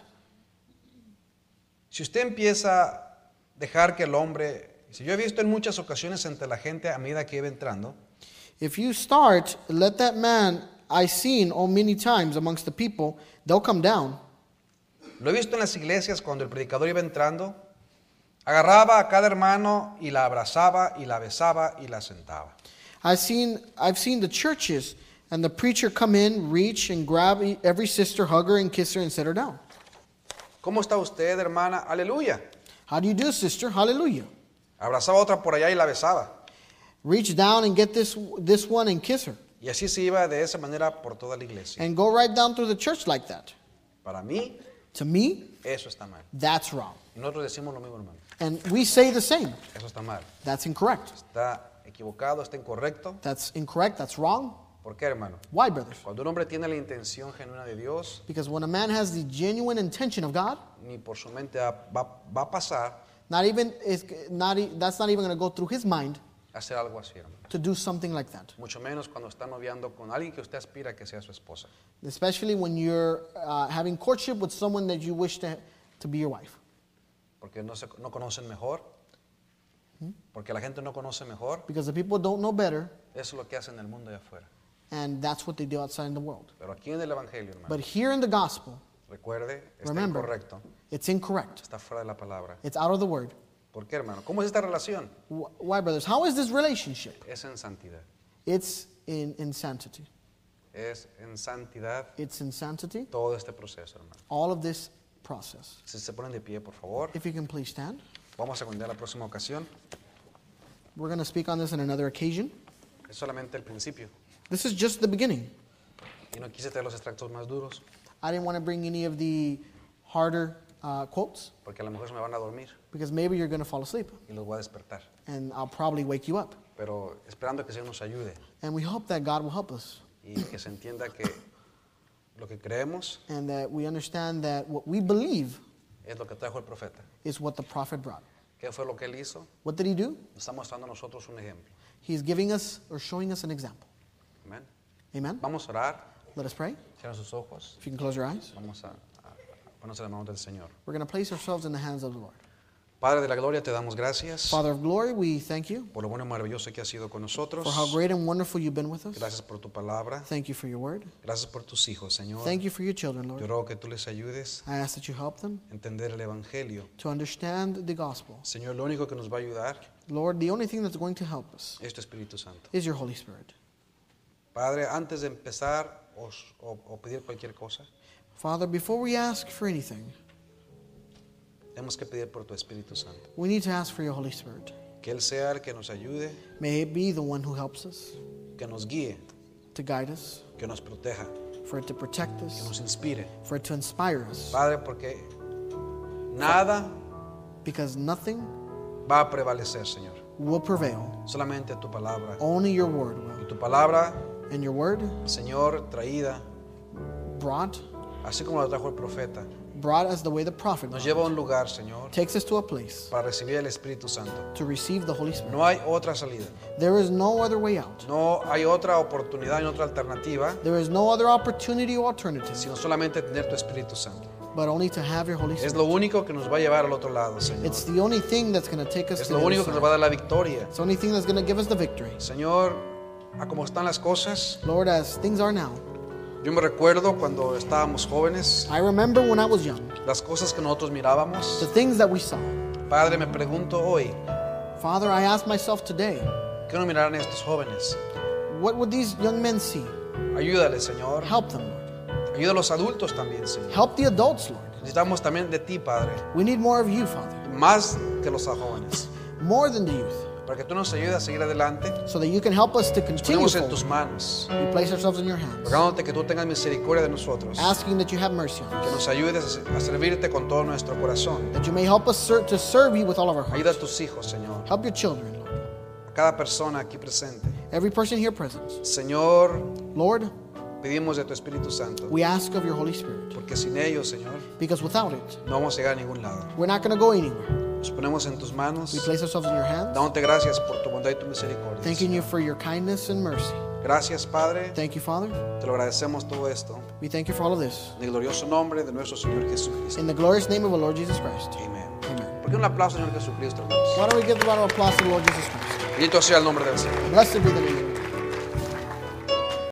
[SPEAKER 1] Si usted empieza a dejar que el hombre, si yo he visto en muchas ocasiones entre la gente a medida que iba entrando,
[SPEAKER 2] If you start, let that man I seen oh many times amongst the people, they'll come down.
[SPEAKER 1] lo he visto en las iglesias cuando el predicador iba entrando, agarraba a cada hermano y la abrazaba y la besaba y la sentaba.
[SPEAKER 2] I've seen I've seen the churches and the preacher come in, reach and grab e- every sister, hug her and kiss her and set her down.
[SPEAKER 1] ¿Cómo está usted, hermana? Aleluya.
[SPEAKER 2] How do you do, sister? Hallelujah.
[SPEAKER 1] Abrazaba a otra por allá y la besaba.
[SPEAKER 2] Reach down and get this this one and kiss her.
[SPEAKER 1] Y así se iba de esa manera por toda la iglesia.
[SPEAKER 2] And go right down through the church like that.
[SPEAKER 1] Para mí,
[SPEAKER 2] To me,
[SPEAKER 1] eso está mal.
[SPEAKER 2] that's wrong.
[SPEAKER 1] Y nosotros decimos lo mismo, hermano.
[SPEAKER 2] And we say the same.
[SPEAKER 1] Eso está mal.
[SPEAKER 2] That's incorrect.
[SPEAKER 1] Está equivocado, está incorrecto.
[SPEAKER 2] That's incorrect. That's wrong.
[SPEAKER 1] ¿Por qué, hermano?
[SPEAKER 2] Why, brothers?
[SPEAKER 1] Cuando un hombre tiene la intención genuina de Dios,
[SPEAKER 2] Because when a man has the genuine intention of God,
[SPEAKER 1] ni por su mente va, va- va a pasar
[SPEAKER 2] not even it's not e- that's not even going to go through his mind
[SPEAKER 1] a hacer algo así, hermano.
[SPEAKER 2] to do something like that.
[SPEAKER 1] Mucho menos cuando está noviando con alguien que usted aspira a que sea su esposa.
[SPEAKER 2] Especially when you're uh, having courtship with someone that you wish to, to be your wife.
[SPEAKER 1] Porque no, se, no conocen mejor. Porque la gente no conoce mejor.
[SPEAKER 2] Because the people don't know better,
[SPEAKER 1] Eso es lo que hacen en el mundo allá afuera.
[SPEAKER 2] and that's what they do outside in the world.
[SPEAKER 1] Pero aquí en el Evangelio, hermano,
[SPEAKER 2] But here in the gospel,
[SPEAKER 1] recuerde, está
[SPEAKER 2] remember,
[SPEAKER 1] incorrecto.
[SPEAKER 2] it's incorrect.
[SPEAKER 1] Está fuera de la palabra.
[SPEAKER 2] It's out of the word.
[SPEAKER 1] ¿Por qué, hermano? ¿Cómo es esta relación?
[SPEAKER 2] Wh- Why, brothers? How is this relationship?
[SPEAKER 1] Es en santidad.
[SPEAKER 2] It's in insanity.
[SPEAKER 1] Es en santidad
[SPEAKER 2] It's insanity.
[SPEAKER 1] todo este proceso, hermano.
[SPEAKER 2] All of this process.
[SPEAKER 1] Si se ponen de pie, por favor.
[SPEAKER 2] If you can please stand.
[SPEAKER 1] Vamos a continuar la próxima ocasión.
[SPEAKER 2] We're going to speak on this on another occasion.
[SPEAKER 1] Es solamente el principio.
[SPEAKER 2] This is just the beginning.
[SPEAKER 1] Y no quise traer los extractos más duros,
[SPEAKER 2] I didn't want to bring any of the harder uh, quotes
[SPEAKER 1] porque a lo mejor se me van a dormir
[SPEAKER 2] because maybe you're going to fall asleep
[SPEAKER 1] y los voy a despertar.
[SPEAKER 2] and I'll probably wake you up.
[SPEAKER 1] Pero esperando que el Señor nos ayude
[SPEAKER 2] And we hope that God will help us
[SPEAKER 1] y que se entienda que lo que creemos
[SPEAKER 2] and that we understand that what we believe
[SPEAKER 1] es lo que trajo el profeta.
[SPEAKER 2] is what the prophet brought.
[SPEAKER 1] ¿Qué fue lo que él hizo?
[SPEAKER 2] What did he do?
[SPEAKER 1] Nos está mostrando a nosotros un ejemplo.
[SPEAKER 2] He's giving us or showing us an example.
[SPEAKER 1] Amén.
[SPEAKER 2] Amen.
[SPEAKER 1] Vamos a orar.
[SPEAKER 2] Let us pray.
[SPEAKER 1] Cierra sus ojos.
[SPEAKER 2] If you can close your eyes,
[SPEAKER 1] Vamos a, a- a ponernos en las manos del Señor.
[SPEAKER 2] we're going to place ourselves in the hands of the Lord.
[SPEAKER 1] Padre de la gloria, te damos gracias
[SPEAKER 2] Father of glory, we thank you
[SPEAKER 1] por lo bueno y maravilloso que has sido con nosotros.
[SPEAKER 2] for how great and wonderful you've been with us.
[SPEAKER 1] Gracias por tu palabra.
[SPEAKER 2] Thank you for your word.
[SPEAKER 1] Gracias por tus hijos, Señor.
[SPEAKER 2] Thank you for your children,
[SPEAKER 1] Yo
[SPEAKER 2] Lord.
[SPEAKER 1] ruego que tú les ayudes
[SPEAKER 2] I ask that you help them
[SPEAKER 1] a entender el Evangelio.
[SPEAKER 2] to understand the gospel.
[SPEAKER 1] Señor, lo único que nos va a ayudar
[SPEAKER 2] Lord, the only thing that's going to help us
[SPEAKER 1] es tu Espíritu Santo.
[SPEAKER 2] is your Holy Spirit.
[SPEAKER 1] Padre, antes de empezar o, s- o- o pedir cualquier cosa,
[SPEAKER 2] Father, before we ask for anything,
[SPEAKER 1] tenemos que pedir por tu Espíritu Santo.
[SPEAKER 2] we need to ask for your Holy Spirit.
[SPEAKER 1] Que Él sea el que nos ayude,
[SPEAKER 2] May it be the one who helps us,
[SPEAKER 1] que nos guíe,
[SPEAKER 2] to guide us,
[SPEAKER 1] que nos proteja,
[SPEAKER 2] for it to protect
[SPEAKER 1] que
[SPEAKER 2] us,
[SPEAKER 1] nos inspire.
[SPEAKER 2] for it to inspire us.
[SPEAKER 1] Padre, porque nada
[SPEAKER 2] Because nothing
[SPEAKER 1] va a prevalecer, Señor.
[SPEAKER 2] will prevail.
[SPEAKER 1] Solamente tu palabra.
[SPEAKER 2] Only your word will.
[SPEAKER 1] Y tu palabra,
[SPEAKER 2] And your word
[SPEAKER 1] Señor, traída,
[SPEAKER 2] brought,
[SPEAKER 1] así como la trajo el profeta,
[SPEAKER 2] brought us the way the prophet
[SPEAKER 1] nos
[SPEAKER 2] brought.
[SPEAKER 1] lleva a un lugar, Señor,
[SPEAKER 2] takes us to a place
[SPEAKER 1] para recibir el Espíritu Santo.
[SPEAKER 2] to receive the Holy Spirit.
[SPEAKER 1] No hay otra salida.
[SPEAKER 2] There is no other way out.
[SPEAKER 1] No hay otra oportunidad ni otra alternativa,
[SPEAKER 2] There is no other opportunity or alternative
[SPEAKER 1] sino solamente tener tu Espíritu Santo.
[SPEAKER 2] but only to have your Holy
[SPEAKER 1] Es
[SPEAKER 2] Spirit.
[SPEAKER 1] lo único que nos va a llevar al otro lado, Señor.
[SPEAKER 2] It's the only thing that's going to take us
[SPEAKER 1] Es
[SPEAKER 2] to
[SPEAKER 1] lo
[SPEAKER 2] the other
[SPEAKER 1] único que nos va a dar
[SPEAKER 2] side.
[SPEAKER 1] la victoria.
[SPEAKER 2] It's the only thing that's going to give us the victory.
[SPEAKER 1] Señor, a como están las cosas,
[SPEAKER 2] Lord, as things are now,
[SPEAKER 1] yo me recuerdo cuando estábamos jóvenes,
[SPEAKER 2] I remember when I was young,
[SPEAKER 1] las cosas que nosotros
[SPEAKER 2] the
[SPEAKER 1] mirábamos.
[SPEAKER 2] things that we saw.
[SPEAKER 1] Padre, me pregunto hoy,
[SPEAKER 2] Father, I asked myself today,
[SPEAKER 1] ¿qué no mirarán estos jóvenes?
[SPEAKER 2] what would these young men see?
[SPEAKER 1] Ayúdales, Señor.
[SPEAKER 2] Help them, Lord.
[SPEAKER 1] Ayuda a los adultos también, Señor.
[SPEAKER 2] Help the adults, Lord.
[SPEAKER 1] Necesitamos también de ti, Padre,
[SPEAKER 2] We need more of you, Father,
[SPEAKER 1] más que los jóvenes,
[SPEAKER 2] more than the youth,
[SPEAKER 1] para que tú nos ayudes a seguir adelante.
[SPEAKER 2] so that you can help us to continue.
[SPEAKER 1] Ponemos en tus
[SPEAKER 2] forward.
[SPEAKER 1] manos,
[SPEAKER 2] We place ourselves in your hands,
[SPEAKER 1] rogándote que tú tengas misericordia de nosotros, que
[SPEAKER 2] asking that you have mercy on us,
[SPEAKER 1] nos ayudes a servirte con todo nuestro corazón.
[SPEAKER 2] that you may help us ser- to serve you with all of our
[SPEAKER 1] Ayuda a
[SPEAKER 2] hearts.
[SPEAKER 1] tus hijos, Señor,
[SPEAKER 2] Help your children, Lord.
[SPEAKER 1] a cada persona aquí presente.
[SPEAKER 2] Every person here present.
[SPEAKER 1] Señor,
[SPEAKER 2] Lord,
[SPEAKER 1] pedimos de tu Espíritu Santo,
[SPEAKER 2] we ask of your Holy Spirit,
[SPEAKER 1] porque sin ellos, Señor,
[SPEAKER 2] because without it,
[SPEAKER 1] no vamos a llegar a ningún lado.
[SPEAKER 2] we're not going to go anywhere.
[SPEAKER 1] Nos ponemos en tus manos,
[SPEAKER 2] We place ourselves in your hands.
[SPEAKER 1] dándote gracias por tu bondad y tu misericordia.
[SPEAKER 2] Thanking you for your kindness and mercy.
[SPEAKER 1] Gracias, Padre.
[SPEAKER 2] Thank you, Father.
[SPEAKER 1] Te lo agradecemos todo esto.
[SPEAKER 2] We thank you for all of this.
[SPEAKER 1] En el glorioso nombre de nuestro Señor Jesucristo.
[SPEAKER 2] In the glorious name of our Lord Jesus Christ.
[SPEAKER 1] Amén.
[SPEAKER 2] Amen.
[SPEAKER 1] ¿Por qué un aplauso, Señor Jesucristo, hermanos?
[SPEAKER 2] Why don't we give a round of applause to the Lord Jesus Christ?
[SPEAKER 1] Bendito sea el nombre del Señor.
[SPEAKER 2] Blessed be the name of the Lord.